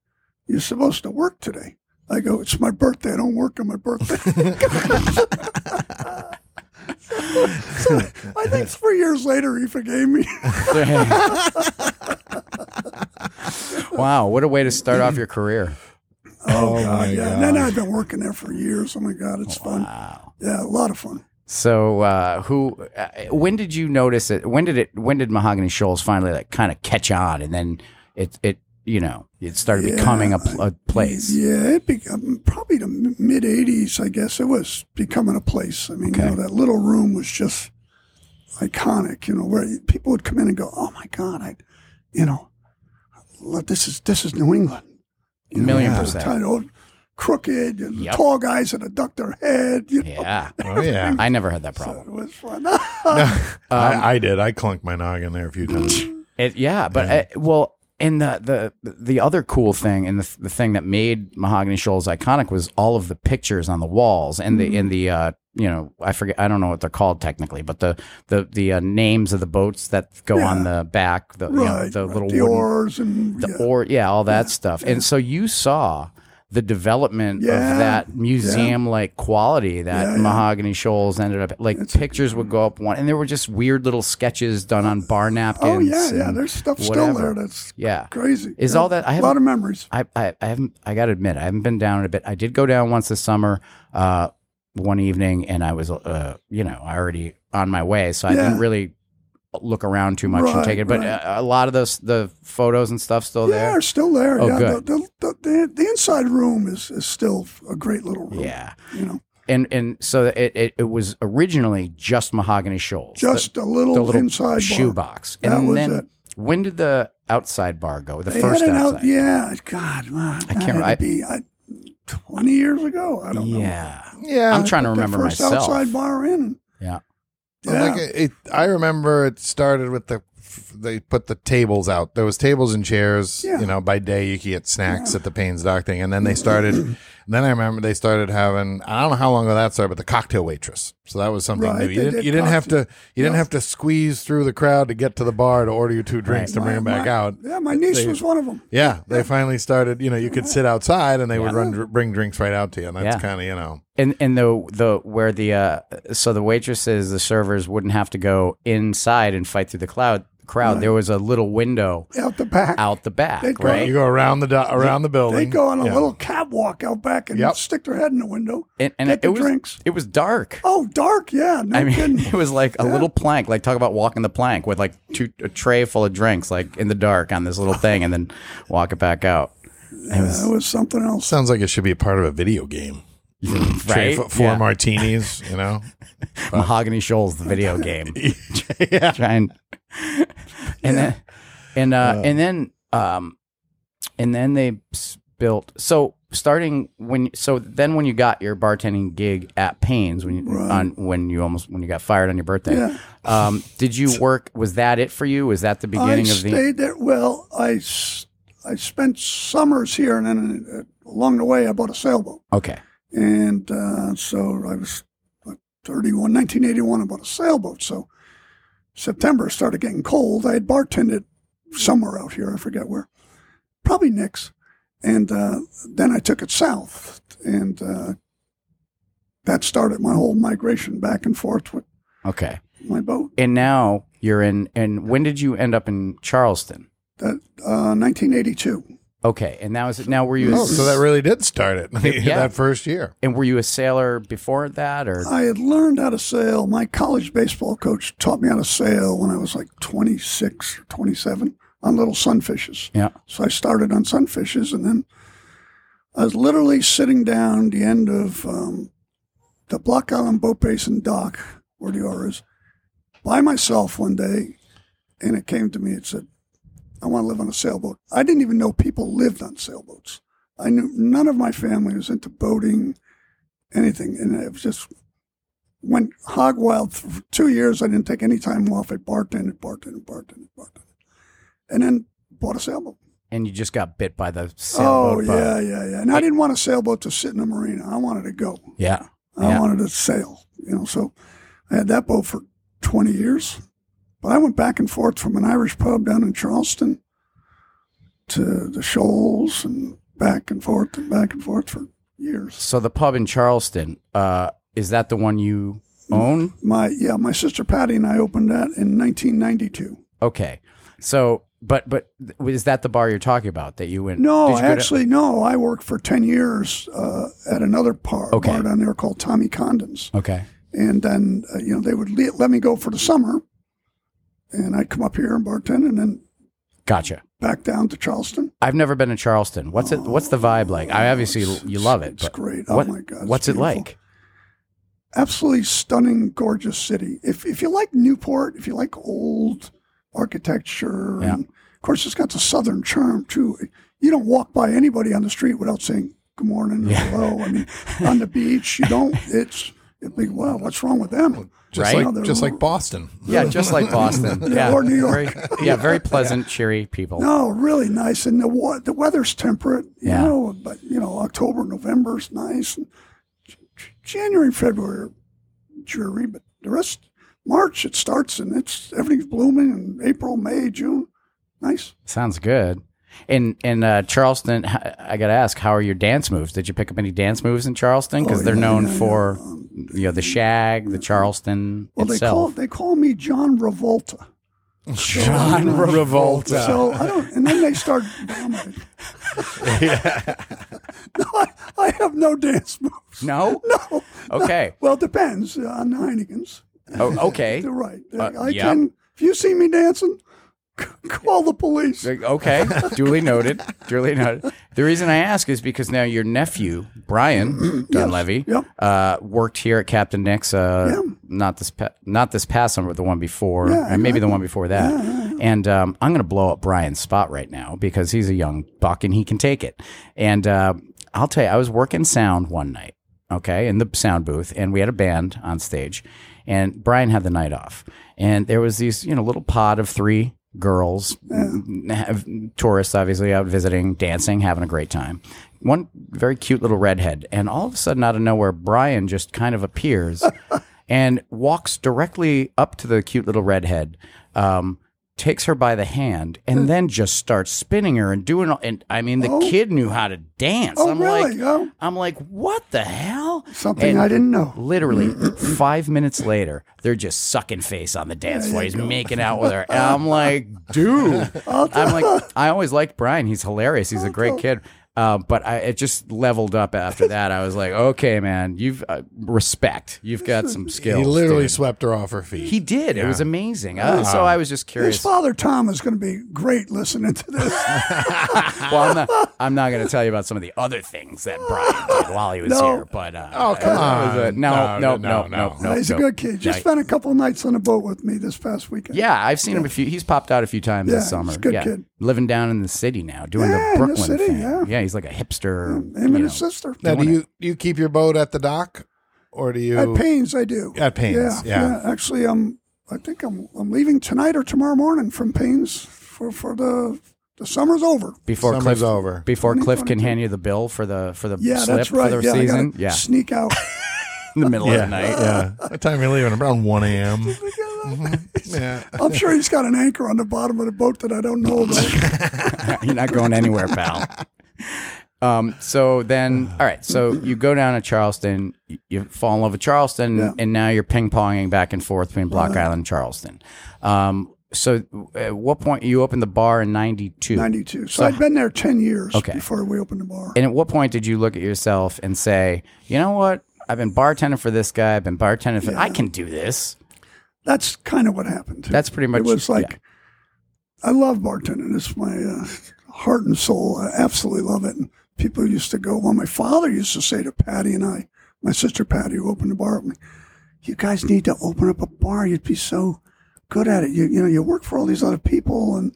[SPEAKER 4] "You're supposed to work today." I go, "It's my birthday. I don't work on my birthday." so, I think three years later, he forgave me.
[SPEAKER 2] wow, what a way to start off your career.
[SPEAKER 1] Oh, my
[SPEAKER 4] yeah, and then I've been working there for years. Oh my God, it's fun.
[SPEAKER 2] Wow.
[SPEAKER 4] Yeah, a lot of fun.
[SPEAKER 2] So, uh, who? Uh, when did you notice it? When did it? When did Mahogany Shoals finally like kind of catch on, and then it it you know it started
[SPEAKER 4] Yeah,
[SPEAKER 2] becoming a, pl- a place?
[SPEAKER 4] Yeah, it became probably the mid '80s. I guess it was becoming a place. I mean, you know, that little room was just iconic. You know, where people would come in and go, "Oh my God, I, you know, look, this is this is New England." You know,
[SPEAKER 2] Million
[SPEAKER 4] at the
[SPEAKER 2] percent.
[SPEAKER 4] time, old crooked and
[SPEAKER 2] Yep.
[SPEAKER 4] tall guys that had duck their head. You know,
[SPEAKER 2] Yeah, Um,
[SPEAKER 1] Oh yeah,
[SPEAKER 2] I never had that
[SPEAKER 4] so
[SPEAKER 2] problem.
[SPEAKER 4] it was fun.
[SPEAKER 1] I, I did. I clunked my noggin there a few times.
[SPEAKER 2] It, yeah, but uh, well, and the the the other cool thing, and the the thing that made Mahogany Shoals iconic was all of the pictures on the walls and the
[SPEAKER 4] Mm-hmm.
[SPEAKER 2] and the uh, you know I forget I don't know what they're called technically, but the the the uh, names of the boats that go on the back, the you know,
[SPEAKER 4] right,
[SPEAKER 2] the
[SPEAKER 4] right,
[SPEAKER 2] little
[SPEAKER 4] the
[SPEAKER 2] wooden,
[SPEAKER 4] oars and
[SPEAKER 2] the
[SPEAKER 4] yeah.
[SPEAKER 2] or yeah, all that stuff, and so you saw. The development
[SPEAKER 4] Yeah,
[SPEAKER 2] of that museum-like quality that
[SPEAKER 4] Yeah, yeah.
[SPEAKER 2] Mahogany Shoals ended up like pictures would go up one, and there were just weird little sketches done on bar napkins.
[SPEAKER 4] Oh yeah, yeah.
[SPEAKER 2] and-
[SPEAKER 4] There's stuff still
[SPEAKER 2] whatever.
[SPEAKER 4] there that's
[SPEAKER 2] yeah.
[SPEAKER 4] crazy.
[SPEAKER 2] Is
[SPEAKER 4] Yeah,
[SPEAKER 2] all that- I
[SPEAKER 4] a
[SPEAKER 2] haven't-
[SPEAKER 4] lot of memories.
[SPEAKER 2] I, I, I haven't, I got to admit, I haven't been down in a bit. I did go down once this summer, uh, one evening, and I was, uh, you know, already on my way. So I
[SPEAKER 4] Yeah.
[SPEAKER 2] didn't really look around too much and
[SPEAKER 4] Right,
[SPEAKER 2] take it. But
[SPEAKER 4] right.
[SPEAKER 2] uh a lot of those the photos and stuff still
[SPEAKER 4] yeah,
[SPEAKER 2] there.
[SPEAKER 4] it's still there.
[SPEAKER 2] Oh,
[SPEAKER 4] yeah,
[SPEAKER 2] good.
[SPEAKER 4] The, the, the, the inside room is, is still a great little room.
[SPEAKER 2] Yeah,
[SPEAKER 4] you know,
[SPEAKER 2] and and so it, it, it was originally just mahogany shoals, the-
[SPEAKER 4] just a little,
[SPEAKER 2] the little
[SPEAKER 4] inside bar.
[SPEAKER 2] shoebox,
[SPEAKER 4] That
[SPEAKER 2] and
[SPEAKER 4] was
[SPEAKER 2] then
[SPEAKER 4] it.
[SPEAKER 2] when did the outside bar go? The
[SPEAKER 4] They
[SPEAKER 2] first
[SPEAKER 4] had an
[SPEAKER 2] outside.
[SPEAKER 4] out, yeah. God, man, I
[SPEAKER 2] can't
[SPEAKER 4] can't.
[SPEAKER 2] remember.
[SPEAKER 4] Had to be, I, Twenty years ago, I don't know.
[SPEAKER 2] yeah,
[SPEAKER 1] Yeah,
[SPEAKER 2] I'm trying to
[SPEAKER 4] That
[SPEAKER 2] remember
[SPEAKER 4] first
[SPEAKER 2] myself.
[SPEAKER 4] outside bar in.
[SPEAKER 2] Yeah.
[SPEAKER 1] But,
[SPEAKER 4] Yeah.
[SPEAKER 1] Like it, it, I remember it started with the f- they put the tables out. There was tables and chairs.
[SPEAKER 4] Yeah.
[SPEAKER 1] You know, by day you could get snacks at the Payne's Dock thing, and then they started. and then I remember they started having. I don't know how long ago that started, but the cocktail waitress. So that was something
[SPEAKER 4] Right,
[SPEAKER 1] new. You
[SPEAKER 4] they
[SPEAKER 1] didn't,
[SPEAKER 4] did
[SPEAKER 1] you didn't have to.
[SPEAKER 4] cocktail-
[SPEAKER 1] You didn't have to squeeze through the crowd to get to the bar to order your two drinks to
[SPEAKER 4] My-
[SPEAKER 1] bring them back
[SPEAKER 4] my-
[SPEAKER 1] out.
[SPEAKER 4] Yeah, my niece
[SPEAKER 1] They-
[SPEAKER 4] was one of them.
[SPEAKER 1] Yeah, they finally started. You know, you could sit outside, and they would run dr- bring drinks right out to you, and that's
[SPEAKER 2] Yeah.
[SPEAKER 1] kind of you know.
[SPEAKER 2] and and the the where the uh so the waitresses the servers wouldn't have to go inside and fight through the cloud crowd there was a little window
[SPEAKER 4] Out the back.
[SPEAKER 2] out the back
[SPEAKER 4] They'd go-
[SPEAKER 2] right
[SPEAKER 1] You go around the do- around the building.
[SPEAKER 4] They go on a
[SPEAKER 1] Yeah.
[SPEAKER 4] little catwalk out back and
[SPEAKER 1] Yep.
[SPEAKER 4] stick their head in the window.
[SPEAKER 2] and, and
[SPEAKER 4] get
[SPEAKER 2] it
[SPEAKER 4] the
[SPEAKER 2] was
[SPEAKER 4] drinks.
[SPEAKER 2] it was dark
[SPEAKER 4] Oh, dark. Yeah. No
[SPEAKER 2] I mean,
[SPEAKER 4] kidding.
[SPEAKER 2] it was like a little plank. Like talk about walking the plank with like two, a tray full of drinks, like in the dark on this little thing, and then walk it back out.
[SPEAKER 4] Yeah, it was something else.
[SPEAKER 1] Sounds like it should be a part of a video game. Tray
[SPEAKER 2] Right?
[SPEAKER 1] fo- four
[SPEAKER 2] Yeah.
[SPEAKER 1] martinis, you know.
[SPEAKER 2] Mahogany Shoals, the video game. yeah. Trying. And then, and uh, and then um, and then they s- built. So starting when, so then when you got your bartending gig at Payne's, when you, on when you almost when you got fired on your birthday,
[SPEAKER 4] Yeah.
[SPEAKER 2] um, did you work? Was that it for you? Was that the
[SPEAKER 4] I
[SPEAKER 2] beginning of the?
[SPEAKER 4] stayed there. Well, I, s- I spent summers here and then uh, along the way I bought a sailboat.
[SPEAKER 2] Okay.
[SPEAKER 4] And uh, so I was what, 31, 1981, I bought a sailboat. So September started getting cold. I had bartended somewhere out here, I forget where, probably Nick's. And uh, then I took it south. And uh, that started my whole migration back and forth with
[SPEAKER 2] Okay.
[SPEAKER 4] my boat.
[SPEAKER 2] and now you're in and when did you end up in charleston
[SPEAKER 4] That uh, 1982.
[SPEAKER 2] okay and that was now were you
[SPEAKER 1] Oh, so that really did start it
[SPEAKER 2] Yeah.
[SPEAKER 1] that first year.
[SPEAKER 2] and were you a sailor before that or
[SPEAKER 4] I had learned how to sail. My college baseball coach taught me how to sail when I was like 26 or 27 on little sunfishes.
[SPEAKER 2] yeah
[SPEAKER 4] So I started on sunfishes, and then I was literally sitting down the end of um, the Block Island Boat Basin dock, where the R is, by myself one day, and it came to me. It said, "I want to live on a sailboat." I didn't even know people lived on sailboats. I knew none of my family was into boating, anything, and it was just went hog wild for two years. I didn't take any time off. I bartended, bartended, bartended, bartended, and then bought a sailboat.
[SPEAKER 2] and you just got bit by the sailboat
[SPEAKER 4] Oh
[SPEAKER 2] bug.
[SPEAKER 4] yeah, yeah, yeah. And I didn't want a sailboat to sit in a marina. I wanted to go.
[SPEAKER 2] yeah
[SPEAKER 4] I
[SPEAKER 2] Yeah.
[SPEAKER 4] wanted to sail. You know, so I had that boat for twenty years. But I went back and forth from an Irish pub down in Charleston to the shoals and back and forth and back and forth for years.
[SPEAKER 2] so the pub in charleston uh is that the one you
[SPEAKER 4] Mm.
[SPEAKER 2] own
[SPEAKER 4] My yeah, my sister Patty and I opened that in nineteen ninety two.
[SPEAKER 2] okay so but but is that the bar you're talking about that you went
[SPEAKER 4] No,
[SPEAKER 2] did you go to-
[SPEAKER 4] actually, no. I worked for ten years uh, at another par,
[SPEAKER 2] Okay.
[SPEAKER 4] bar down there called Tommy Condon's.
[SPEAKER 2] okay
[SPEAKER 4] and then uh, you know they would le- let me go for the summer, and I'd come up here and bartend, and then
[SPEAKER 2] gotcha
[SPEAKER 4] back down to Charleston.
[SPEAKER 2] I've never been to Charleston. What's it? What's the vibe like? I obviously
[SPEAKER 4] Oh, It's-
[SPEAKER 2] you love it.
[SPEAKER 4] it's
[SPEAKER 2] but
[SPEAKER 4] great. Oh
[SPEAKER 2] what-
[SPEAKER 4] my God, it's
[SPEAKER 2] What's it
[SPEAKER 4] beautiful.
[SPEAKER 2] like?
[SPEAKER 4] Absolutely stunning, gorgeous city. If if you like Newport, if you like old architecture,
[SPEAKER 2] Yeah.
[SPEAKER 4] and of course it's got the southern charm too. You don't walk by anybody on the street without saying good morning or hello. I mean, on the beach, you don't. It's it'd be wow. What's wrong with them?
[SPEAKER 1] Just
[SPEAKER 2] Right?
[SPEAKER 1] like just like Boston.
[SPEAKER 2] Yeah, just like Boston.
[SPEAKER 4] Yeah,
[SPEAKER 2] Yeah,
[SPEAKER 4] or New York.
[SPEAKER 2] Very, yeah, very pleasant, cheery people.
[SPEAKER 4] No, really nice, and the wa- the weather's temperate. You
[SPEAKER 2] Yeah.
[SPEAKER 4] know, but you know, October, November's nice, and J- J- January, and February are dreary, but the rest, March it starts and it's everything's blooming, and April, May, June, nice.
[SPEAKER 2] Sounds good. And and uh, Charleston, h- I gotta ask, how are your dance moves? Did you pick up any dance moves in Charleston? Because
[SPEAKER 4] Oh,
[SPEAKER 2] they're
[SPEAKER 4] yeah,
[SPEAKER 2] known
[SPEAKER 4] yeah, yeah.
[SPEAKER 2] for
[SPEAKER 4] Um,
[SPEAKER 2] you know the shag, the Charleston
[SPEAKER 4] well, they call
[SPEAKER 2] itself.
[SPEAKER 4] they call me John Revolta. uh,
[SPEAKER 1] John Revolta.
[SPEAKER 4] So I don't, and then they start. vomiting. no, I, I have no dance moves.
[SPEAKER 2] no.
[SPEAKER 4] No.
[SPEAKER 2] Okay.
[SPEAKER 4] Well, it depends on Heineken's.
[SPEAKER 2] Oh, okay.
[SPEAKER 4] They're right.
[SPEAKER 2] Uh,
[SPEAKER 4] I
[SPEAKER 2] yeah.
[SPEAKER 4] can If you see me dancing, call the police.
[SPEAKER 2] Like, Okay, duly noted. Duly noted. The reason I ask is because now your nephew Brian Dunleavy
[SPEAKER 4] Yep.
[SPEAKER 2] uh, worked here at Captain Nick's. Uh, Not this, pa- not this past summer, but the one before,
[SPEAKER 4] Yeah,
[SPEAKER 2] and maybe the one before that. And um, I'm going to blow up Brian's spot right now because he's a young buck and he can take it. And uh, I'll tell you, I was working sound one night, okay, in the sound booth, and we had a band on stage, and Brian had the night off, and there was these, you know, little pod of three girls, n- have- tourists obviously out visiting, dancing, having a great time. One very cute little redhead, and all of a sudden, out of nowhere, Brian just kind of appears. And walks directly up to the cute little redhead, um, takes her by the hand, and then just starts spinning her and doing. all- And I mean, the kid knew how to dance.
[SPEAKER 4] Oh,
[SPEAKER 2] I'm
[SPEAKER 4] really?
[SPEAKER 2] like,
[SPEAKER 4] Oh.
[SPEAKER 2] I'm like, what the hell?
[SPEAKER 4] Something
[SPEAKER 2] And
[SPEAKER 4] I didn't know.
[SPEAKER 2] Literally five minutes later, they're just sucking face on the dance floor. He's making out with her. And I'm like, dude. I'm like, I always liked Brian. He's hilarious. He's a great kid. Uh, but I, it just leveled up after that. I was like, okay, man, you've uh, respect. You've got some skills.
[SPEAKER 1] He literally
[SPEAKER 2] dude.
[SPEAKER 1] swept her off her feet.
[SPEAKER 2] He did. It was amazing. Uh, so I was just
[SPEAKER 4] His
[SPEAKER 2] curious.
[SPEAKER 4] father Tom is going to be great listening to this.
[SPEAKER 2] Well, I'm not, I'm not going to tell you about some of the other things that Brian did while he was
[SPEAKER 4] No.
[SPEAKER 2] here, but uh,
[SPEAKER 1] Oh, come
[SPEAKER 2] it was a-
[SPEAKER 1] on.
[SPEAKER 2] no,
[SPEAKER 1] No, no,
[SPEAKER 2] no, no,
[SPEAKER 1] no,
[SPEAKER 2] no,
[SPEAKER 1] no.
[SPEAKER 2] no.
[SPEAKER 4] He's a
[SPEAKER 2] no.
[SPEAKER 4] good kid. Just
[SPEAKER 2] Right.
[SPEAKER 4] spent a couple nights on a boat with me this past weekend.
[SPEAKER 2] Yeah, I've seen him a few. He's popped out a few times
[SPEAKER 4] Yeah,
[SPEAKER 2] this summer.
[SPEAKER 4] he's a good
[SPEAKER 2] yeah,
[SPEAKER 4] kid.
[SPEAKER 2] living down in the city now, doing
[SPEAKER 4] Yeah,
[SPEAKER 2] the
[SPEAKER 4] in the
[SPEAKER 2] Brooklyn
[SPEAKER 4] city,
[SPEAKER 2] thing.
[SPEAKER 4] yeah.
[SPEAKER 2] he's like a hipster.
[SPEAKER 4] Um, Him
[SPEAKER 2] you
[SPEAKER 4] and
[SPEAKER 2] know.
[SPEAKER 4] his sister.
[SPEAKER 1] now, do you do you keep your boat at the dock, or do you
[SPEAKER 4] At Payne's, I do.
[SPEAKER 1] At Payne's, yeah.
[SPEAKER 4] Actually, I'm. I think I'm. I'm leaving tonight or tomorrow morning from Payne's for for the the summer's over.
[SPEAKER 2] before
[SPEAKER 1] Summer's
[SPEAKER 2] Cliff,
[SPEAKER 1] over.
[SPEAKER 2] before Cliff can hand you the bill for the for the
[SPEAKER 4] Yeah,
[SPEAKER 2] slip
[SPEAKER 4] that's right.
[SPEAKER 2] for the
[SPEAKER 4] yeah, I
[SPEAKER 2] season.
[SPEAKER 4] gotta
[SPEAKER 2] Yeah,
[SPEAKER 4] sneak out.
[SPEAKER 2] in the middle
[SPEAKER 1] yeah,
[SPEAKER 2] of the night.
[SPEAKER 1] yeah. What time are you leaving? Around one a.m. yeah.
[SPEAKER 4] I'm sure he's got an anchor on the bottom of the boat that I don't know about.
[SPEAKER 2] You're not going anywhere, pal. Um, so then, all right. So you go down to Charleston, you- you fall in love with Charleston,
[SPEAKER 4] Yeah.
[SPEAKER 2] and now you're ping ponging back and forth between Block Island and Charleston. Um, so at what point you opened the bar in '92?
[SPEAKER 4] 92. So, I'd been there 10 years
[SPEAKER 2] Okay.
[SPEAKER 4] before we opened the bar.
[SPEAKER 2] And at what point did you look at yourself and say, you know what? I've been bartending for this guy. I've been bartending for. I can do this.
[SPEAKER 4] That's kind of what happened.
[SPEAKER 2] That's pretty much.
[SPEAKER 4] it was like
[SPEAKER 2] yeah.
[SPEAKER 4] I love bartending. It's my uh, heart and soul. I absolutely love it. And people used to go. Well, my father used to say to Patty and I, my sister Patty, who opened the bar with me, "You guys need to open up a bar. You'd be so good at it. You you know you work for all these other people." And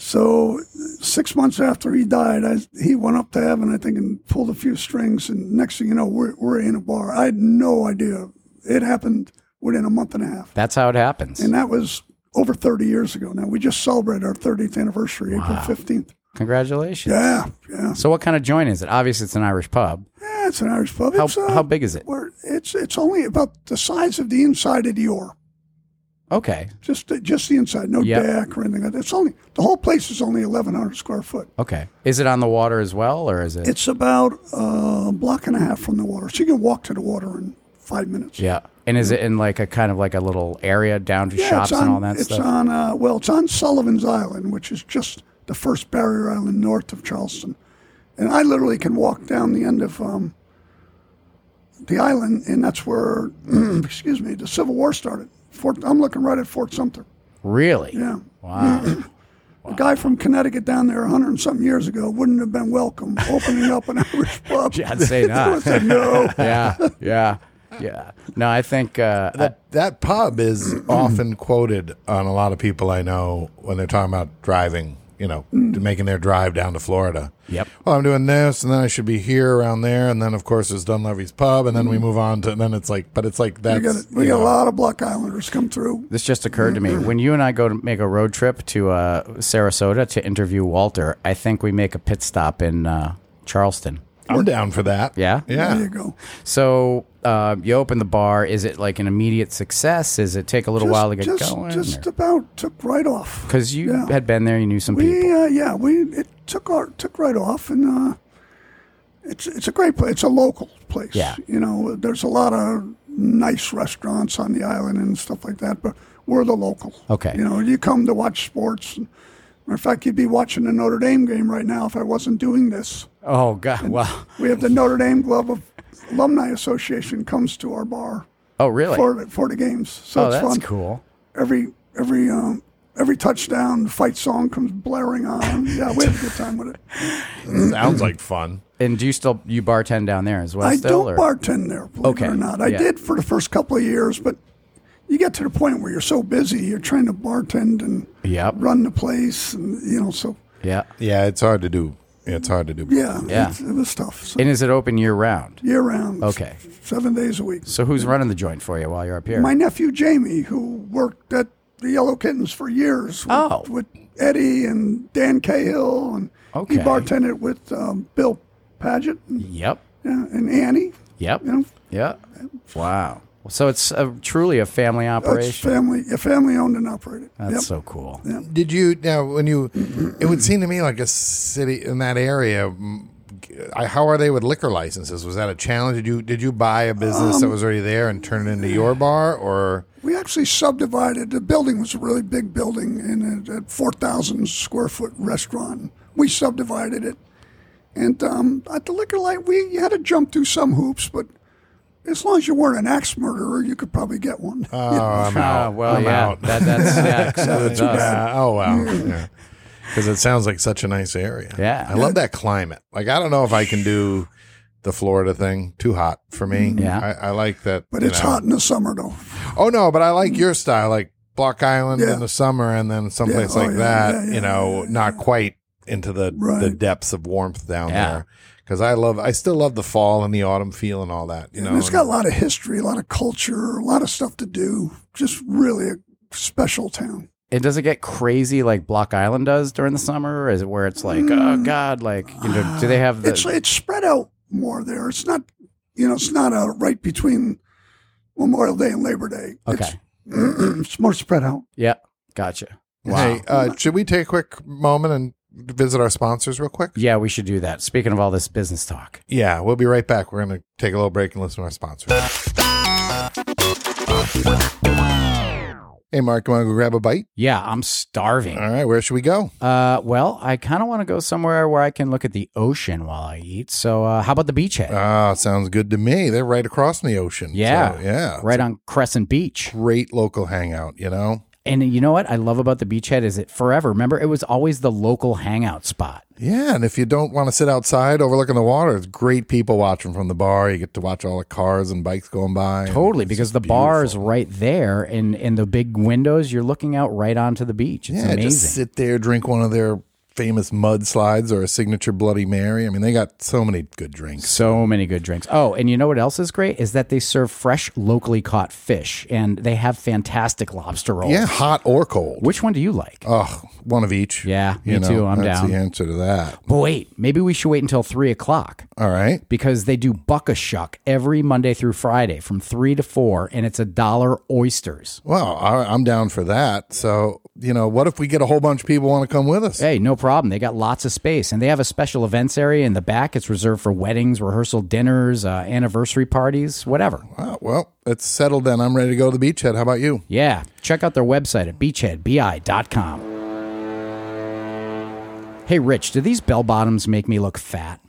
[SPEAKER 4] so six months after he died, I, he went up to heaven, I think, and pulled a few strings. And next thing you know, we're we're in a bar. I had no idea. It happened within a month and a half.
[SPEAKER 2] That's how it happens.
[SPEAKER 4] And that was over 30 years ago now. We just celebrated our 30th anniversary, April 15th.
[SPEAKER 2] Congratulations.
[SPEAKER 4] Yeah, yeah.
[SPEAKER 2] So what kind of joint is it? Obviously, it's an Irish pub.
[SPEAKER 4] Yeah, it's an Irish pub.
[SPEAKER 2] How
[SPEAKER 4] it's, uh,
[SPEAKER 2] how big is it?
[SPEAKER 4] we're- it's, it's only about the size of the inside of Dior.
[SPEAKER 2] Okay.
[SPEAKER 4] Just the, just the inside, no
[SPEAKER 2] Yep.
[SPEAKER 4] deck or anything like that. It's only, the whole place is only 1,100 square foot.
[SPEAKER 2] Okay. Is it on the water as well, or is it?
[SPEAKER 4] It's about uh, a block and a half from the water. So you can walk to the water in five minutes.
[SPEAKER 2] yeah. And is it in like a kind of like a little area down to
[SPEAKER 4] Yeah,
[SPEAKER 2] shops
[SPEAKER 4] it's on,
[SPEAKER 2] and all that
[SPEAKER 4] it's
[SPEAKER 2] stuff?
[SPEAKER 4] on uh, well, it's on Sullivan's Island, which is just the first barrier island north of Charleston, and I literally can walk down the end of um, the island, and that's where, excuse me, the Civil War started. Fort, I'm looking right at Fort Sumter.
[SPEAKER 2] Really?
[SPEAKER 4] Yeah,
[SPEAKER 2] Wow.
[SPEAKER 4] a guy from Connecticut down there, a hundred and something years ago, wouldn't have been welcome opening up an Irish pub.
[SPEAKER 2] Yeah, I'd say
[SPEAKER 4] They
[SPEAKER 2] not.
[SPEAKER 4] would've said no.
[SPEAKER 2] yeah. Yeah. Yeah. No, I think. Uh, I-
[SPEAKER 1] That that pub is often quoted on a lot of people I know when they're talking about driving. You know,
[SPEAKER 4] Mm.
[SPEAKER 1] making their drive down to Florida.
[SPEAKER 2] Yep.
[SPEAKER 1] Well, I'm doing this, and then I should be here around there, and then of course there's Dunleavy's pub, and then we move on to, and then it's like, but it's like
[SPEAKER 4] Mm. We
[SPEAKER 1] that's
[SPEAKER 4] got,
[SPEAKER 1] you
[SPEAKER 4] we got
[SPEAKER 1] know,
[SPEAKER 4] a lot of Block Islanders come through.
[SPEAKER 2] this just occurred to me.
[SPEAKER 4] Mm-hmm.
[SPEAKER 2] When you and I go to make a road trip to uh, Sarasota to interview Walter, I think we make a pit stop in uh, Charleston.
[SPEAKER 1] I'm down for that.
[SPEAKER 2] Yeah?
[SPEAKER 4] There
[SPEAKER 1] Yeah.
[SPEAKER 4] you go.
[SPEAKER 2] So uh, you open the bar. Is it like an immediate success? Is it take a little while to get
[SPEAKER 4] just,
[SPEAKER 2] going?
[SPEAKER 4] just about took right off.
[SPEAKER 2] Because you
[SPEAKER 4] Yeah.
[SPEAKER 2] had been there, you knew some people.
[SPEAKER 4] We uh, yeah we it took our took right off and uh, it's it's a great place. It's a local place.
[SPEAKER 2] Yeah.
[SPEAKER 4] you know there's a lot of nice restaurants on the island and stuff like that, but we're the local.
[SPEAKER 2] Okay.
[SPEAKER 4] you know you come to watch sports. Matter of fact, you'd be watching the Notre Dame game right now if I wasn't doing this.
[SPEAKER 2] Oh God! Wow.
[SPEAKER 4] We have the Notre Dame Club of Alumni Association comes to our bar
[SPEAKER 2] Oh really?
[SPEAKER 4] for the, for the games. So
[SPEAKER 2] oh,
[SPEAKER 4] it's
[SPEAKER 2] that's
[SPEAKER 4] fun
[SPEAKER 2] cool.
[SPEAKER 4] every every um, every touchdown the fight song comes blaring on. Yeah, we had a good time with it.
[SPEAKER 1] Sounds like fun.
[SPEAKER 2] And do you still you bartend down there as well?
[SPEAKER 4] I
[SPEAKER 2] still,
[SPEAKER 4] don't
[SPEAKER 2] or-
[SPEAKER 4] bartend there, believe
[SPEAKER 2] Okay,
[SPEAKER 4] it or not. I
[SPEAKER 2] yeah.
[SPEAKER 4] did for the first couple of years, but you get to the point where you're so busy, you're trying to bartend and
[SPEAKER 2] Yep.
[SPEAKER 4] run the place, and you know, so
[SPEAKER 2] Yeah.
[SPEAKER 1] Yeah, it's hard to do. It's hard to do.
[SPEAKER 4] yeah,
[SPEAKER 2] Yeah.
[SPEAKER 4] It, it was tough. So
[SPEAKER 2] And is it open year round?
[SPEAKER 4] year round,
[SPEAKER 2] Okay.
[SPEAKER 4] seven days a week.
[SPEAKER 2] So who's running the joint for you while you're up here?
[SPEAKER 4] My nephew Jamie, who worked at the Yellow Kittens for years with,
[SPEAKER 2] Oh.
[SPEAKER 4] with Eddie and Dan Cahill, and
[SPEAKER 2] Okay.
[SPEAKER 4] he bartended with um, Bill Paget and,
[SPEAKER 2] yep.
[SPEAKER 4] yeah, and Annie.
[SPEAKER 2] Yep.
[SPEAKER 4] You know,
[SPEAKER 2] Yeah. Wow. So it's a, truly a family
[SPEAKER 4] it's
[SPEAKER 2] operation.
[SPEAKER 4] family, yeah, family owned and operated.
[SPEAKER 2] That's
[SPEAKER 4] Yep.
[SPEAKER 2] so cool.
[SPEAKER 1] Did you now when you? It would seem to me like a city in that area. mm, I, how are they with liquor licenses? Was that a challenge? Did you did you buy a business
[SPEAKER 4] Um,
[SPEAKER 1] that was already there and turn it into your bar, or
[SPEAKER 4] We actually subdivided. The building was a really big building and it had 4,000 square foot restaurant. We subdivided it. And um, at the liquor light, we you had to jump through some hoops, but as long as you weren't an axe murderer, you could probably get one.
[SPEAKER 1] oh, I'm out.
[SPEAKER 2] Ah, well,
[SPEAKER 1] I'm
[SPEAKER 2] yeah.
[SPEAKER 1] out.
[SPEAKER 2] That, that's yeah, excludes us.
[SPEAKER 1] Uh, oh wow. Yeah. Because it sounds like such a nice area.
[SPEAKER 2] Yeah.
[SPEAKER 1] I love that climate. Like I don't know if I can do the Florida thing. Too hot for me.
[SPEAKER 2] Mm, Yeah.
[SPEAKER 1] I, I like that.
[SPEAKER 4] but
[SPEAKER 1] you
[SPEAKER 4] it's
[SPEAKER 1] know.
[SPEAKER 4] hot in the summer, though.
[SPEAKER 1] Oh no, but I like your style, like Block Island
[SPEAKER 4] Yeah.
[SPEAKER 1] in the summer, and then someplace
[SPEAKER 4] Yeah, oh,
[SPEAKER 1] like
[SPEAKER 4] yeah,
[SPEAKER 1] that.
[SPEAKER 4] yeah, yeah,
[SPEAKER 1] you know, not quite into the
[SPEAKER 4] Right.
[SPEAKER 1] the depths of warmth down
[SPEAKER 2] Yeah.
[SPEAKER 1] there. Because I love, I still love the fall and the autumn feel and all that. You
[SPEAKER 4] And
[SPEAKER 1] know,
[SPEAKER 4] it's got a lot of history, a lot of culture, a lot of stuff to do. Just really a special town.
[SPEAKER 2] And does it get crazy like Block Island does during the summer? Or is it where it's like, oh God, like you know, do they have the
[SPEAKER 4] Mm. it's it's spread out more there. It's not, you know, it's not uh right between Memorial Day and Labor Day. It's,
[SPEAKER 2] Okay.
[SPEAKER 4] it's more spread out.
[SPEAKER 2] Yeah. Gotcha.
[SPEAKER 1] Hey, uh, should we take a quick moment and visit our sponsors real quick?
[SPEAKER 2] Yeah, we should do that. Speaking of all this business talk.
[SPEAKER 1] Yeah, we'll be right back. We're going to take a little break and listen to our sponsors. Hey, Mark, you want to go grab a bite?
[SPEAKER 2] Yeah, I'm starving.
[SPEAKER 1] All right, where should we go?
[SPEAKER 2] Uh, well, I kind of want to go somewhere where I can look at the ocean while I eat. So, uh, how about the beachhead?
[SPEAKER 1] Ah, sounds good to me. They're right across from the ocean.
[SPEAKER 2] Yeah.
[SPEAKER 1] So, yeah.
[SPEAKER 2] right on Crescent Beach.
[SPEAKER 1] Great local hangout, you know?
[SPEAKER 2] And you know what I love about the beachhead is it forever. Remember, it was always the local hangout spot.
[SPEAKER 1] Yeah, and if you don't want to sit outside overlooking the water, it's great people watching from the bar. You get to watch all the cars and bikes going by.
[SPEAKER 2] Totally, because the bar is right there, and in the big windows, you're looking out right onto the beach. It's
[SPEAKER 1] yeah,
[SPEAKER 2] amazing.
[SPEAKER 1] just sit there, drink one of their famous mudslides or a signature Bloody Mary. I mean, they got so many good drinks.
[SPEAKER 2] so many good drinks. Oh, and you know what else is great is that they serve fresh, locally caught fish, and they have fantastic lobster rolls.
[SPEAKER 1] Yeah, hot or cold.
[SPEAKER 2] Which one do you like?
[SPEAKER 1] Oh, one of each.
[SPEAKER 2] Yeah, me too. I'm
[SPEAKER 1] that's
[SPEAKER 2] down.
[SPEAKER 1] the answer to that.
[SPEAKER 2] But wait, maybe we should wait until three o'clock.
[SPEAKER 1] All right.
[SPEAKER 2] because they do buck a shuck every Monday through Friday from three to four, and it's a dollar oysters.
[SPEAKER 1] Well, I, I'm down for that. So, you know, what if we get a whole bunch of people want to come with us?
[SPEAKER 2] Hey, no problem. They got lots of space, and they have a special events area in the back. It's reserved for weddings, rehearsal dinners, uh, anniversary parties, whatever.
[SPEAKER 1] Wow, well, it's settled then. I'm ready to go to the beachhead. How about you?
[SPEAKER 2] Yeah, check out their website at beachheadbi.com. Hey, Rich, do these bell bottoms make me look fat?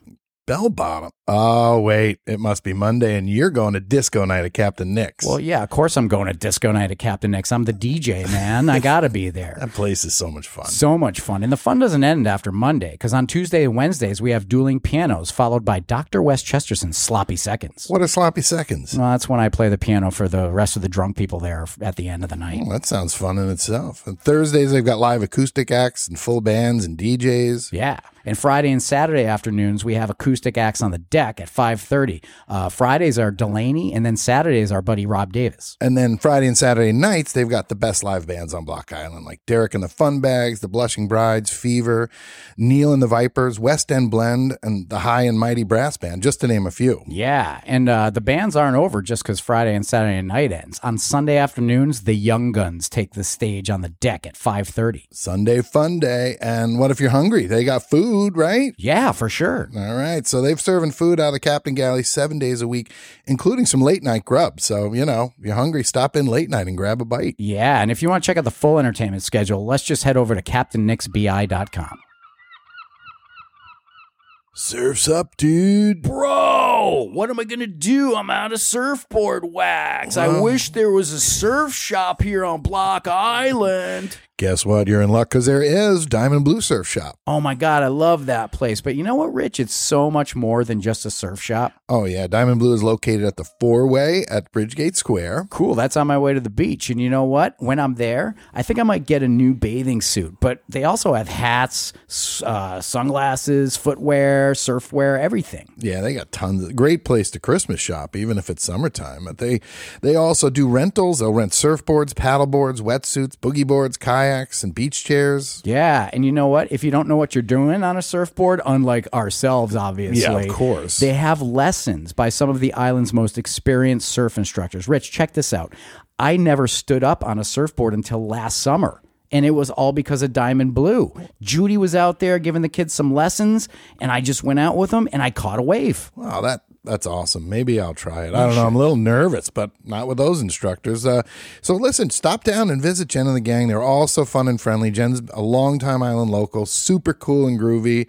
[SPEAKER 1] Bell bottom. Oh, wait. It must be Monday, and you're going to disco night at Captain Nick's.
[SPEAKER 2] Well, yeah, of course I'm going to disco night at Captain Nick's. I'm the DJ, man. I got to be there.
[SPEAKER 1] that place is so much fun.
[SPEAKER 2] So much fun. And the fun doesn't end after Monday, because on Tuesday and Wednesdays, we have dueling pianos, followed by Dr. West Chesterton's Sloppy Seconds.
[SPEAKER 1] What are sloppy seconds?
[SPEAKER 2] Well, that's when I play the piano for the rest of the drunk people there f- at the end of the night.
[SPEAKER 1] Well, that sounds fun in itself. And Thursdays, they've got live acoustic acts and full bands and DJs.
[SPEAKER 2] Yeah. And Friday and Saturday afternoons, we have acoustic acts on the deck at 5.30. Uh, Fridays are Delaney, and then Saturdays are buddy Rob Davis.
[SPEAKER 1] And then Friday and Saturday nights, they've got the best live bands on Block Island, like Derek and the Fun Bags, the Blushing Brides, Fever, Neil and the Vipers, West End Blend, and the High and Mighty Brass Band, just to name a few.
[SPEAKER 2] Yeah, and uh, the bands aren't over just because Friday and Saturday night ends. On Sunday afternoons, the Young Guns take the stage on the deck at 5.30.
[SPEAKER 1] Sunday Fun Day. And what if you're hungry? They got food, right?
[SPEAKER 2] Yeah, for sure.
[SPEAKER 1] All right. So they've serving food out of Captain Galley seven days a week, including some late night grub. So, you know, if you're hungry, stop in late night and grab a bite.
[SPEAKER 2] Yeah, and if you want to check out the full entertainment schedule, let's just head over to CaptainNicksBI.com.
[SPEAKER 1] Surf's up, dude.
[SPEAKER 5] Bro, what am I going to do? I'm out of surfboard wax. I wish there was a surf shop here on Block Island.
[SPEAKER 1] Guess what? You're in luck because there is Diamond Blue Surf Shop.
[SPEAKER 2] Oh my God, I love that place. But you know what, Rich? It's so much more than just a surf shop.
[SPEAKER 1] Oh, yeah. Diamond Blue is located at the four way at Bridgegate Square.
[SPEAKER 2] Cool, that's on my way to the beach. And you know what? When I'm there, I think I might get a new bathing suit. But they also have hats, s- uh, sunglasses, footwear, surfwear, everything.
[SPEAKER 1] Yeah, they got tons. Of, great place to Christmas shop, even if it's summertime. But they they also do rentals. They'll rent surfboards, paddleboards, wetsuits, boogie boards, kayaks, and beach chairs.
[SPEAKER 2] Yeah, and you know what? If you don't know what you're doing on a surfboard, unlike ourselves, obviously,
[SPEAKER 1] Yeah, of course.
[SPEAKER 2] they have lessons by some of the island's most experienced surf instructors. Rich, check this out. I never stood up on a surfboard until last summer, and it was all because of Diamond Blue. Judy was out there giving the kids some lessons, and I just went out with them and I caught a wave.
[SPEAKER 1] Wow, that that's awesome. Maybe I'll try it. I don't know. I'm a little nervous, but not with those instructors. Uh, so listen, stop down and visit Jen and the gang. They're all so fun and friendly. Jen's a longtime island local, super cool and groovy.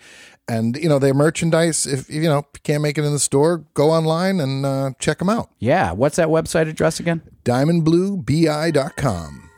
[SPEAKER 1] And you know their merchandise. If you know if you can't make it in the store, go online and uh, check them out.
[SPEAKER 2] Yeah, what's that website address again?
[SPEAKER 1] diamondbluebi.com.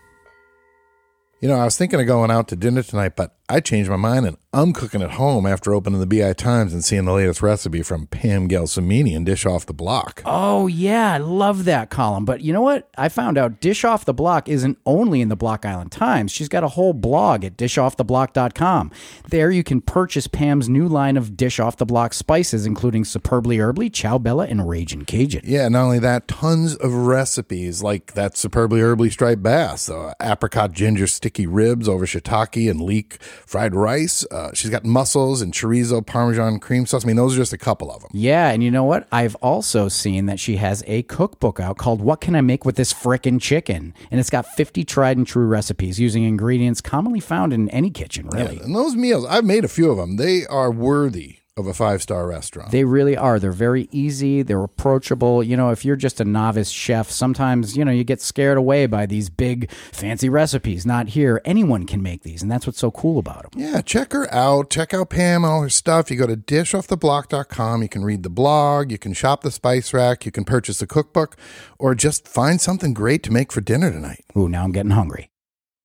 [SPEAKER 1] You know, I was thinking of going out to dinner tonight, but I changed my mind and I'm cooking at home after opening the BI Times and seeing the latest recipe from Pam Gelsomini and Dish Off the Block.
[SPEAKER 2] Oh, yeah, I love that column. But you know what? I found out Dish Off the Block isn't only in the Block Island Times. She's got a whole blog at dishofftheblock.com. There you can purchase Pam's new line of Dish Off the Block spices, including Superbly Herbly, Chow Bella, and Ragin' Cajun.
[SPEAKER 1] Yeah, not only that, tons of recipes like that superbly herbly striped bass, uh, apricot ginger sticky ribs over shiitake and leek fried rice. Uh, she's got mussels and chorizo parmesan cream sauce. I mean, those are just a couple of them.
[SPEAKER 2] Yeah, and you know what? I've also seen that she has a cookbook out called What Can I Make with This Frickin' Chicken? And it's got 50 tried and true recipes using ingredients commonly found in any kitchen, really.
[SPEAKER 1] And those meals, I've made a few of them. They are worthy of a five star restaurant.
[SPEAKER 2] They really are. They're very easy. They're approachable. You know, if you're just a novice chef, sometimes, you know, you get scared away by these big fancy recipes. Not here. Anyone can make these. And that's what's so cool about them.
[SPEAKER 1] Yeah, check her out. Check out Pam and all her stuff. You go to dishofftheblock.com. You can read the blog. You can shop the spice rack. You can purchase a cookbook or just find something great to make for dinner tonight.
[SPEAKER 2] Ooh, now I'm getting hungry.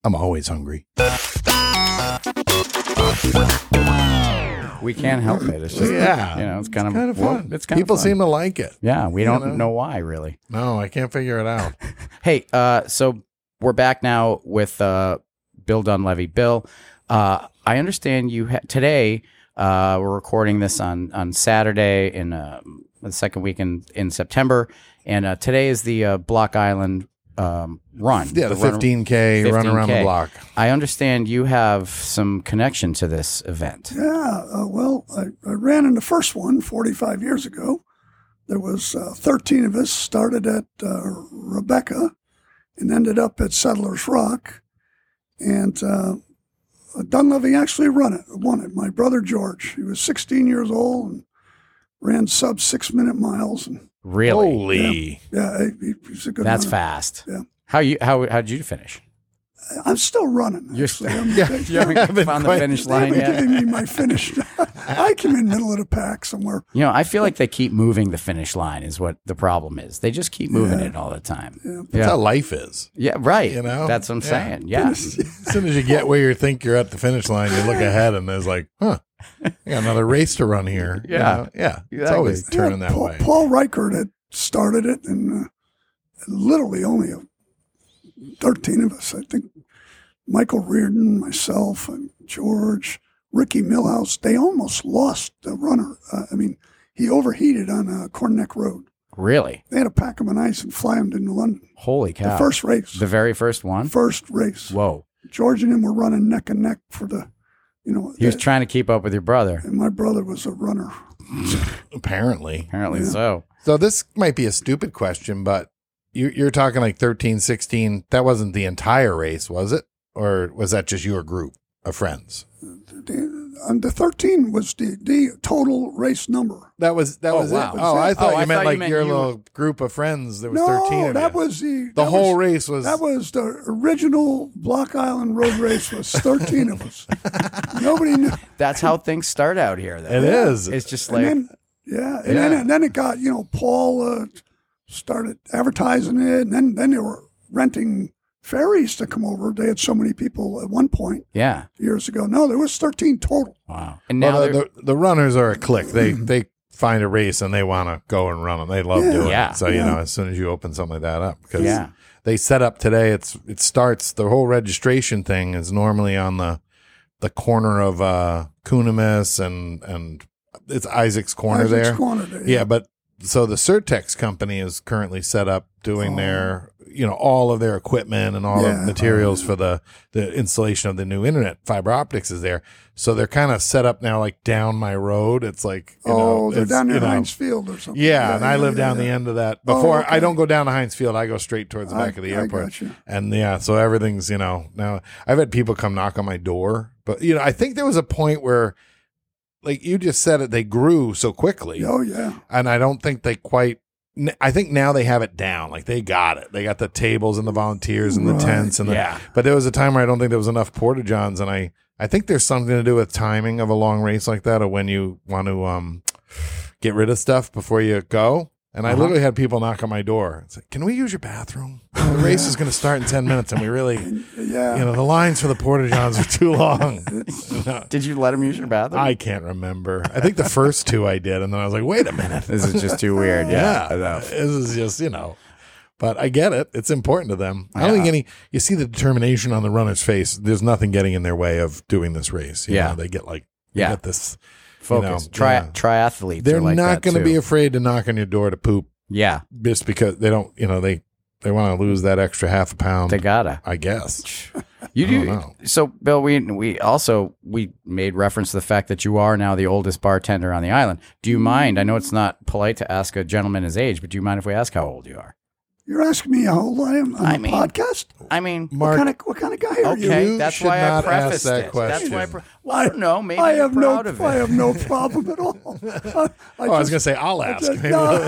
[SPEAKER 1] I'm always hungry.
[SPEAKER 2] We can't help it. It's just,
[SPEAKER 1] Yeah.
[SPEAKER 2] you know, it's kind of,
[SPEAKER 1] Kind of fun.
[SPEAKER 2] It's kind
[SPEAKER 1] People
[SPEAKER 2] of fun.
[SPEAKER 1] seem to like it.
[SPEAKER 2] yeah, we don't know why, really.
[SPEAKER 1] No, I can't figure it out.
[SPEAKER 2] Hey, uh, so we're back now with uh, Bill Dunleavy. Bill, uh, I understand you ha- today. Uh, we're recording this on on Saturday in uh, the second week in, in September, and uh, today is the uh, Block Island um, run.
[SPEAKER 1] yeah, the
[SPEAKER 2] run-
[SPEAKER 1] 15K run around the
[SPEAKER 2] 15K.
[SPEAKER 1] block.
[SPEAKER 2] I understand you have some connection to this event.
[SPEAKER 4] Yeah, uh, well, I, I ran in the first one 45 years ago. There was uh, 13 of us, started at uh, Rebecca and ended up at Settlers Rock. And uh, Dunleavy actually run it, won it. My brother George, he was 16 years old and ran sub six minute miles. And
[SPEAKER 2] Really,
[SPEAKER 1] Oh, Holy.
[SPEAKER 4] yeah, he, he's a good
[SPEAKER 2] that's
[SPEAKER 4] runner.
[SPEAKER 2] fast.
[SPEAKER 4] Yeah.
[SPEAKER 2] How you how how did you finish?
[SPEAKER 4] I'm still running.
[SPEAKER 2] You're
[SPEAKER 4] actually.
[SPEAKER 2] still-
[SPEAKER 4] I'm-
[SPEAKER 2] You haven't found the
[SPEAKER 1] quite-
[SPEAKER 2] finish
[SPEAKER 4] They
[SPEAKER 2] line
[SPEAKER 4] haven't
[SPEAKER 2] yet.
[SPEAKER 4] given me my finish. I came in middle of the pack somewhere.
[SPEAKER 2] You know, I feel like they keep moving the finish line is what the problem is. They just keep moving it all the time. Yeah,
[SPEAKER 1] That's
[SPEAKER 2] yeah.
[SPEAKER 1] how life is.
[SPEAKER 2] right.
[SPEAKER 1] You know?
[SPEAKER 2] that's what I'm
[SPEAKER 1] Yeah.
[SPEAKER 2] saying. Yeah,
[SPEAKER 1] As soon as you get where you think you're at the finish line, you look ahead and there's like, huh, I got another race to run here. You
[SPEAKER 2] Yeah.
[SPEAKER 1] know? Yeah. It's
[SPEAKER 2] Exactly.
[SPEAKER 1] always turning
[SPEAKER 4] Yeah,
[SPEAKER 1] that
[SPEAKER 4] Paul,
[SPEAKER 1] way.
[SPEAKER 4] Paul Reichert had started it, and uh, literally only uh, 13 of us. I think Michael Reardon, myself, and George, Ricky Millhouse, they almost lost the runner. Uh, I mean, he overheated on uh, Corneck Road.
[SPEAKER 2] really.
[SPEAKER 4] They had to pack him on ice and fly him to New London.
[SPEAKER 2] Holy cow!
[SPEAKER 4] The first race.
[SPEAKER 2] The very first one.
[SPEAKER 4] first race.
[SPEAKER 2] Whoa!
[SPEAKER 4] George and him were running neck and neck for the, you know,
[SPEAKER 2] He was
[SPEAKER 4] that-
[SPEAKER 2] trying to keep up with your brother.
[SPEAKER 4] and my brother was a runner.
[SPEAKER 1] Apparently.
[SPEAKER 2] Apparently so.
[SPEAKER 1] So this might be a stupid question, but you, you're talking like 13, 16. That wasn't the entire race, was it? Or was that just your group of friends?
[SPEAKER 4] the, and the 13 was the, the total race number.
[SPEAKER 1] That was that
[SPEAKER 5] Oh,
[SPEAKER 1] was
[SPEAKER 5] wow.
[SPEAKER 1] it. Oh, I thought
[SPEAKER 2] Oh,
[SPEAKER 1] you
[SPEAKER 2] I
[SPEAKER 1] meant
[SPEAKER 2] thought you
[SPEAKER 1] like
[SPEAKER 2] meant
[SPEAKER 1] your
[SPEAKER 2] you
[SPEAKER 1] little group of friends. There was thirteen.
[SPEAKER 4] No,
[SPEAKER 1] of
[SPEAKER 4] that
[SPEAKER 1] you.
[SPEAKER 4] was the
[SPEAKER 1] the
[SPEAKER 4] that
[SPEAKER 1] whole
[SPEAKER 4] was-
[SPEAKER 1] race was.
[SPEAKER 4] That was the original Block Island Road Race was 13 of us. Nobody knew.
[SPEAKER 2] That's how things start out here. Though.
[SPEAKER 1] It is.
[SPEAKER 2] It's just
[SPEAKER 4] And
[SPEAKER 2] like
[SPEAKER 4] then, yeah, and then and then it got you know Paul uh, started advertising it, and then then they were renting ferries to come over. They had so many people at one point
[SPEAKER 2] yeah.
[SPEAKER 4] years ago. No, there was 13 total.
[SPEAKER 2] Wow. And now
[SPEAKER 1] Well,
[SPEAKER 2] they're-
[SPEAKER 1] the, the, the runners are a clique. They they find a race and they want to go and run them. They love
[SPEAKER 4] Yeah.
[SPEAKER 1] doing
[SPEAKER 2] Yeah.
[SPEAKER 1] it. So you know, as soon as you open something like that up, because
[SPEAKER 2] Yeah.
[SPEAKER 1] they set up today. It's it starts the whole registration thing is normally on the the corner of uh Kunamis and and it's Isaac's corner
[SPEAKER 4] Isaac's
[SPEAKER 1] there.
[SPEAKER 4] corner there,
[SPEAKER 1] Yeah, but so the Certex company is currently set up doing their, you know, all of their equipment and all of
[SPEAKER 4] Oh. Yeah.
[SPEAKER 1] the materials for the the installation of the new internet. Fiber optics is there, so they're kind of set up now, like down my road. It's like, you
[SPEAKER 4] oh,
[SPEAKER 1] know,
[SPEAKER 4] they're
[SPEAKER 1] it's,
[SPEAKER 4] down near
[SPEAKER 1] you know,
[SPEAKER 4] Heinz Field or something.
[SPEAKER 1] Yeah, and I live down the end of that. Before I
[SPEAKER 4] Oh, okay.
[SPEAKER 1] don't go down to Heinz Field, I go straight towards the
[SPEAKER 4] I-
[SPEAKER 1] back of the
[SPEAKER 4] I
[SPEAKER 1] airport.
[SPEAKER 4] gotcha.
[SPEAKER 1] And yeah, so everything's you know now. I've had people come knock on my door, but you know, I think there was a point where, like you just said, it they grew so quickly
[SPEAKER 4] Oh yeah,
[SPEAKER 1] and I don't think they quite. n- I think now they have it down. Like they got it. They got the tables and the volunteers and the
[SPEAKER 4] Right.
[SPEAKER 1] tents and the,
[SPEAKER 5] Yeah.
[SPEAKER 1] But there was a time where I don't think there was enough porta johns, and I I think there's something to do with timing of a long race like that, or when you want to um get rid of stuff before you go. And I literally had people knock on my door. It's like, can we use your bathroom? The race is going to start in ten minutes, and we really, you
[SPEAKER 4] yeah.
[SPEAKER 1] know, the lines for the porta johns are too long. No,
[SPEAKER 2] did you let them use your bathroom?
[SPEAKER 1] I can't remember. I think the first two I did, and then I was like, wait a minute.
[SPEAKER 2] this is just too weird.
[SPEAKER 1] Yeah, this is just you know. But I get it; it's important to them. I don't think any. You see the determination on the runner's face. There's nothing getting in their way of doing this race. you
[SPEAKER 2] Yeah.
[SPEAKER 1] know, they get like
[SPEAKER 2] Yeah.
[SPEAKER 1] they get this.
[SPEAKER 2] Focus.
[SPEAKER 1] You know,
[SPEAKER 2] Tri-
[SPEAKER 1] yeah.
[SPEAKER 2] Triathletes.
[SPEAKER 1] They're
[SPEAKER 2] are like
[SPEAKER 1] not
[SPEAKER 2] going
[SPEAKER 1] going to be afraid to knock on your door to poop
[SPEAKER 2] yeah.
[SPEAKER 1] just because they don't. You know, they they want to lose that extra half a pound.
[SPEAKER 2] They gotta.
[SPEAKER 1] I guess.
[SPEAKER 2] You
[SPEAKER 1] I don't
[SPEAKER 2] do.
[SPEAKER 1] know.
[SPEAKER 2] So, Bill, we we also we made reference to the fact that you are now the oldest bartender on the island. Do you mind? I know it's not polite to ask a gentleman his age, but do you mind if we ask how old you are?
[SPEAKER 4] You're asking me how old I am on
[SPEAKER 2] I
[SPEAKER 4] a
[SPEAKER 2] mean-
[SPEAKER 4] podcast.
[SPEAKER 2] I mean,
[SPEAKER 4] What
[SPEAKER 1] Mark,
[SPEAKER 4] kind of what kind of guy are you?
[SPEAKER 2] okay,
[SPEAKER 1] you
[SPEAKER 2] that's
[SPEAKER 1] should
[SPEAKER 2] why I
[SPEAKER 1] not ask
[SPEAKER 2] prefaced
[SPEAKER 1] that
[SPEAKER 2] it. That's why I,
[SPEAKER 1] question.
[SPEAKER 2] pre- well, I don't know. Maybe
[SPEAKER 4] I
[SPEAKER 2] you're
[SPEAKER 4] have no
[SPEAKER 2] proud of it.
[SPEAKER 4] I have no problem at all. I,
[SPEAKER 1] oh, I was going
[SPEAKER 4] just-
[SPEAKER 1] to say I'll ask. Maybe-
[SPEAKER 4] no,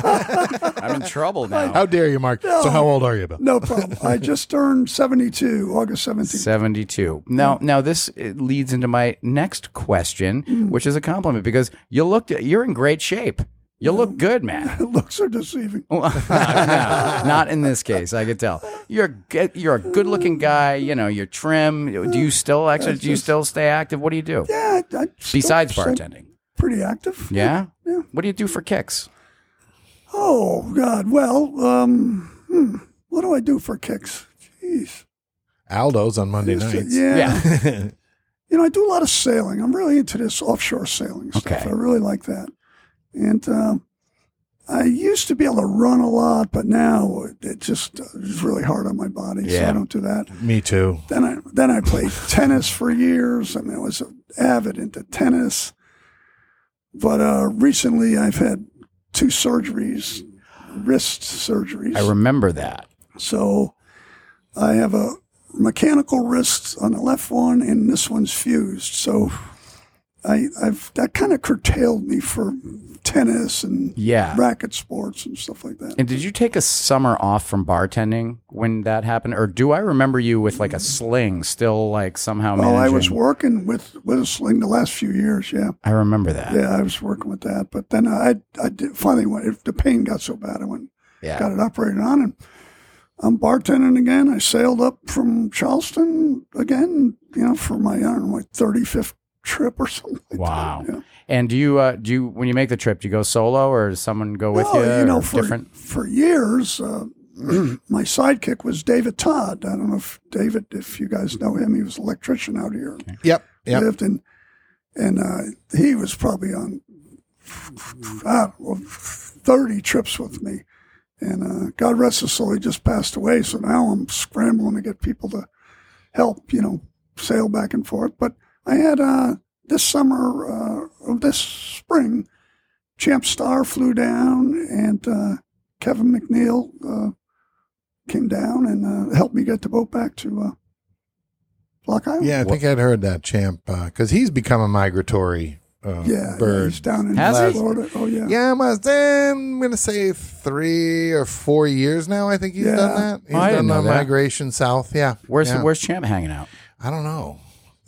[SPEAKER 2] I'm in trouble now.
[SPEAKER 1] How dare you, Mark? So how old are you, Bill?
[SPEAKER 4] no problem. I just turned 72, August 17th.
[SPEAKER 2] 72. Now, now this uh, leads into my next question,
[SPEAKER 1] Mm.
[SPEAKER 2] which is a compliment because you looked, you're in great shape. You look good, man.
[SPEAKER 4] Looks are deceiving.
[SPEAKER 2] Well, no, not in this case, I could tell. You're a good- you're a good-looking guy. You know, you're trim. Do you still actually? Do you still stay active? What do you do
[SPEAKER 4] Yeah, I, I still-
[SPEAKER 2] besides
[SPEAKER 4] still
[SPEAKER 2] bartending?
[SPEAKER 4] pretty active.
[SPEAKER 2] Yeah. What do you do for kicks?
[SPEAKER 4] Oh God. Well, um, hmm, what do I do for kicks? Jeez.
[SPEAKER 1] Aldo's on Monday nights.
[SPEAKER 4] Yeah.
[SPEAKER 2] Yeah.
[SPEAKER 4] You know, I do a lot of sailing. I'm really into this offshore sailing stuff.
[SPEAKER 2] Okay.
[SPEAKER 4] I really like that. And um, I used to be able to run a lot, but now it just is really hard on my body, so
[SPEAKER 2] Yeah.
[SPEAKER 4] I don't do that.
[SPEAKER 1] Me too.
[SPEAKER 4] Then I then I played tennis for years. I mean, I was avid into tennis. But uh, recently, I've had two surgeries, wrist surgeries.
[SPEAKER 2] I remember that.
[SPEAKER 4] so I have a mechanical wrist on the left one, and this one's fused. So I, I've that kind of curtailed me for tennis and
[SPEAKER 2] Yeah.
[SPEAKER 4] racket sports and stuff like that.
[SPEAKER 2] And did you take a summer off from bartending when that happened, or do I remember you with like a sling still like somehow?
[SPEAKER 4] Well, Oh, I was
[SPEAKER 2] managing-
[SPEAKER 4] working with with a sling the last few years. Yeah.
[SPEAKER 2] I remember that.
[SPEAKER 4] Yeah, I was working with that, but then I I did, finally went. If the pain got so bad, I went
[SPEAKER 2] Yeah.
[SPEAKER 4] got it operated on, and I'm bartending again. I sailed up from Charleston again, you know, for my I don't know my 35th trip or something. like that,
[SPEAKER 2] Wow.
[SPEAKER 4] yeah.
[SPEAKER 2] And do you uh, do you when you make the trip, do you go solo or does someone go with
[SPEAKER 4] Well,
[SPEAKER 2] you?
[SPEAKER 4] you
[SPEAKER 2] or
[SPEAKER 4] know, for
[SPEAKER 2] different.
[SPEAKER 4] for years, uh, my sidekick was David Todd. I don't know if David, if you guys know him, he was an electrician out here.
[SPEAKER 1] Yep. Yep.
[SPEAKER 4] lived in, and uh, he was probably on I don't know, thirty trips with me. And uh, God rest his soul, he just passed away. So now I'm scrambling to get people to help, you know, sail back and forth. But I had uh, this summer, uh, or this spring, Champ Star flew down, and uh, Kevin McNeil uh, came down and uh, helped me get the boat back to uh, Block Island?
[SPEAKER 1] Yeah, I think I'd heard that champ because he's become a migratory uh,
[SPEAKER 4] Yeah, yeah,
[SPEAKER 1] bird.
[SPEAKER 4] he's down in
[SPEAKER 2] Has he?
[SPEAKER 4] Florida. Oh yeah.
[SPEAKER 1] Yeah, I'm, uh, I'm gonna say three or four years now. I think he's
[SPEAKER 4] Yeah.
[SPEAKER 1] done that. He's
[SPEAKER 2] Oh, I
[SPEAKER 1] done
[SPEAKER 2] didn't
[SPEAKER 1] the
[SPEAKER 2] know that.
[SPEAKER 1] migration south. Yeah,
[SPEAKER 2] Where's
[SPEAKER 1] yeah.
[SPEAKER 2] where's Champ hanging out?
[SPEAKER 1] I don't know.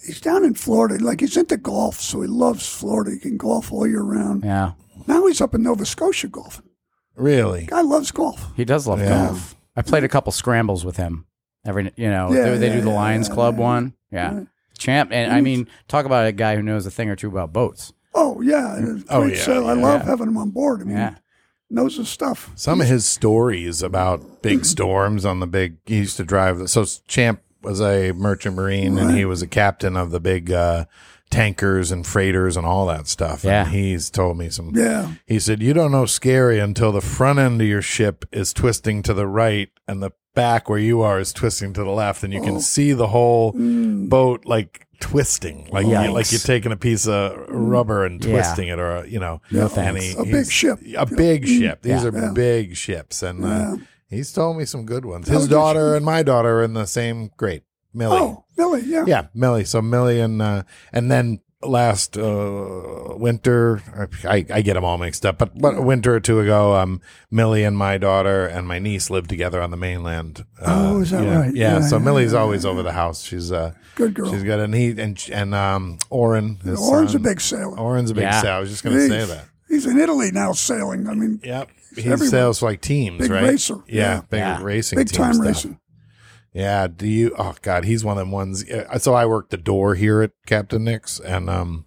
[SPEAKER 4] he's down in Florida. Like he's into golf, so he loves Florida. He can golf all year round.
[SPEAKER 2] Yeah,
[SPEAKER 4] Now he's up in Nova Scotia golfing.
[SPEAKER 1] Really?
[SPEAKER 4] Guy loves golf.
[SPEAKER 2] he does love
[SPEAKER 1] Yeah.
[SPEAKER 2] golf. I played a couple scrambles with him. Every you know
[SPEAKER 4] Yeah,
[SPEAKER 2] they, they
[SPEAKER 4] yeah,
[SPEAKER 2] do the
[SPEAKER 4] yeah,
[SPEAKER 2] Lions
[SPEAKER 4] yeah,
[SPEAKER 2] Club
[SPEAKER 4] yeah.
[SPEAKER 2] one. Yeah, Champ, and I mean talk about a guy who knows a thing or two about boats.
[SPEAKER 4] Oh yeah, and
[SPEAKER 1] Oh,
[SPEAKER 4] great
[SPEAKER 1] yeah,
[SPEAKER 4] sale. I
[SPEAKER 1] yeah.
[SPEAKER 4] love having him on board. I mean,
[SPEAKER 2] Yeah.
[SPEAKER 4] knows his stuff.
[SPEAKER 1] Some of his stories about big storms on the big. He used to drive. So Champ was a merchant marine, and he was a captain of the big uh, tankers and freighters and all that stuff.
[SPEAKER 2] Yeah.
[SPEAKER 1] and he's told me some.
[SPEAKER 4] Yeah,
[SPEAKER 1] He said, "You don't know scary until the front end of your ship is twisting to the right, and the back where you are is twisting to the left, and you can see the whole boat like twisting, like you,
[SPEAKER 2] Yikes.
[SPEAKER 1] like you're taking a piece of rubber and
[SPEAKER 2] Yeah.
[SPEAKER 1] twisting it, or uh, you know,
[SPEAKER 2] No
[SPEAKER 1] and
[SPEAKER 2] thanks.
[SPEAKER 4] A big
[SPEAKER 1] he's-
[SPEAKER 4] ship.
[SPEAKER 1] a big ship. These
[SPEAKER 2] Yeah.
[SPEAKER 1] are big ships, and uh, he's told me some good ones. His
[SPEAKER 4] was a
[SPEAKER 1] daughter and my daughter are in the same grade, Millie.
[SPEAKER 4] Oh, Billy. Yeah.
[SPEAKER 1] Yeah, Millie. So Millie and uh, and then last uh, winter, I, I get them all mixed up, but, but a winter or two ago, um, Millie and my daughter and my niece lived together on the mainland. Uh,
[SPEAKER 4] Oh, is that
[SPEAKER 1] yeah,
[SPEAKER 4] right?
[SPEAKER 1] Yeah.
[SPEAKER 4] Yeah,
[SPEAKER 1] so
[SPEAKER 4] yeah,
[SPEAKER 1] Millie's always over the house. She's uh,
[SPEAKER 4] Good girl.
[SPEAKER 1] She's good, and he and and um, Oren. His
[SPEAKER 4] Oren's a
[SPEAKER 1] son-
[SPEAKER 4] big sailor.
[SPEAKER 1] Oren's a big
[SPEAKER 2] Yeah.
[SPEAKER 1] sailor. I was just gonna say
[SPEAKER 4] He's-
[SPEAKER 1] that.
[SPEAKER 4] He's in Italy now sailing. I mean,
[SPEAKER 1] Yep. He
[SPEAKER 4] everywhere.
[SPEAKER 1] sails for like teams,
[SPEAKER 4] Big
[SPEAKER 1] right?
[SPEAKER 4] racer.
[SPEAKER 1] Yeah,
[SPEAKER 4] Yeah.
[SPEAKER 1] big
[SPEAKER 2] Yeah.
[SPEAKER 1] racing,
[SPEAKER 4] big
[SPEAKER 1] team
[SPEAKER 4] time
[SPEAKER 1] stuff.
[SPEAKER 4] racing.
[SPEAKER 1] Yeah. Do you? Oh God, he's one of them ones. uh, So I worked the door here at Captain Nick's, and um,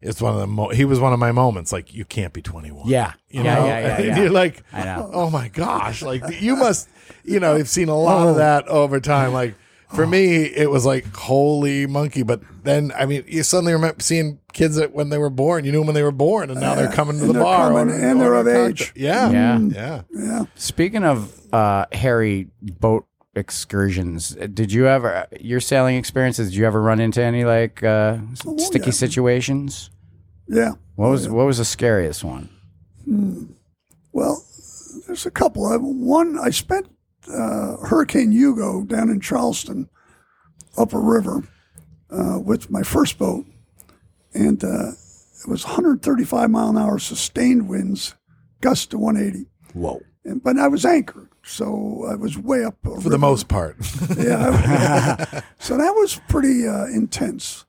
[SPEAKER 1] it's one of the. Mo- he was one of my moments. Like you can't be twenty one.
[SPEAKER 2] Yeah,
[SPEAKER 1] You
[SPEAKER 2] yeah,
[SPEAKER 1] know?
[SPEAKER 2] yeah, yeah,
[SPEAKER 1] And
[SPEAKER 2] yeah.
[SPEAKER 1] You're like,
[SPEAKER 2] I know.
[SPEAKER 1] oh my gosh, like you must. You know, you've seen a lot of that over time. Like for me, it was like holy monkey. But then, I mean, you suddenly remember seeing kids that when they were born, you knew when they were born, and now they're coming to
[SPEAKER 4] and
[SPEAKER 1] the
[SPEAKER 4] they're
[SPEAKER 1] bar
[SPEAKER 4] coming,
[SPEAKER 1] ordering-
[SPEAKER 4] and they're
[SPEAKER 1] ordering
[SPEAKER 4] of
[SPEAKER 1] cocktail-
[SPEAKER 4] age.
[SPEAKER 1] Yeah,
[SPEAKER 2] Yeah.
[SPEAKER 4] Um,
[SPEAKER 1] yeah.
[SPEAKER 4] Yeah.
[SPEAKER 2] Speaking of uh, hairy boat excursions, did you ever your sailing experiences? Did you ever run into any like uh, s-
[SPEAKER 4] Oh,
[SPEAKER 2] sticky
[SPEAKER 4] yeah.
[SPEAKER 2] situations?
[SPEAKER 4] Yeah.
[SPEAKER 2] What was what was the scariest one?
[SPEAKER 4] Well, there's a couple. I, one, I spent uh, Hurricane Hugo down in Charleston, up a river, uh, with my first boat, and uh, it was 135 mile an hour sustained winds, gusts to 180.
[SPEAKER 2] Whoa!
[SPEAKER 4] And, but I was anchored, so I was way up.
[SPEAKER 1] For the most part,
[SPEAKER 4] yeah. I- so that was pretty uh, intense.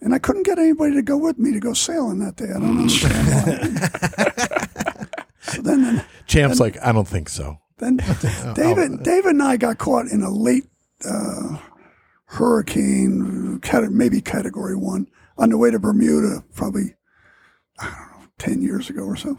[SPEAKER 4] And I couldn't get anybody to go with me to go sailing that day. I don't understand why. so then,
[SPEAKER 1] Champ's like, I don't think so.
[SPEAKER 4] then David, David and I got caught in a late uh, hurricane, cate- maybe category one, on the way to Bermuda, probably, I don't know, 10 years ago or so.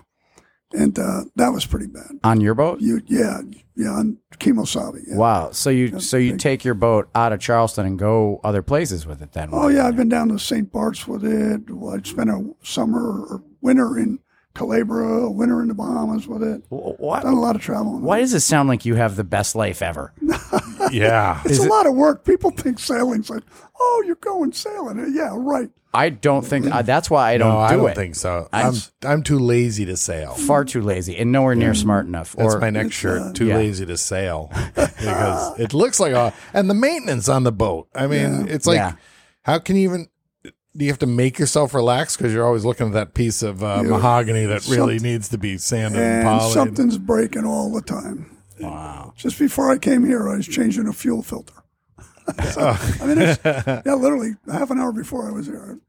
[SPEAKER 4] And uh, that was pretty bad.
[SPEAKER 2] On your boat?
[SPEAKER 4] You, yeah, yeah, on Kimosabe. Yeah.
[SPEAKER 2] Wow! So you so you take your boat out of Charleston and go other places with it then?
[SPEAKER 4] Oh yeah, I've been down to St. Bart's with it. I spent a summer or winter in Calabria, a winter in the Bahamas with it.
[SPEAKER 2] Why,
[SPEAKER 4] Done a lot of traveling.
[SPEAKER 2] why does it sound like you have the best life ever?
[SPEAKER 1] Yeah.
[SPEAKER 4] It's
[SPEAKER 2] is
[SPEAKER 4] a
[SPEAKER 2] it-
[SPEAKER 4] lot of work. People think sailing's like, oh, you're going sailing. Yeah, right.
[SPEAKER 2] I don't think uh, that's why I don't
[SPEAKER 1] no,
[SPEAKER 2] do
[SPEAKER 1] I don't
[SPEAKER 2] it.
[SPEAKER 1] think so. I'm I'm too lazy to sail.
[SPEAKER 2] Far too lazy and nowhere near smart enough.
[SPEAKER 1] That's
[SPEAKER 2] or
[SPEAKER 1] my next shirt. Too
[SPEAKER 2] yeah.
[SPEAKER 1] lazy to sail because it looks like a and the maintenance on the boat. I mean, it's like
[SPEAKER 2] Yeah.
[SPEAKER 1] how can you even do you have to make yourself relax because you're always looking at that piece of uh, mahogany that really needs to be sanded and,
[SPEAKER 4] And
[SPEAKER 1] polished?
[SPEAKER 4] something's breaking all the time. Wow. Just before I came here, I was changing a fuel filter. so, I mean, it's, yeah, literally half an hour before I was here.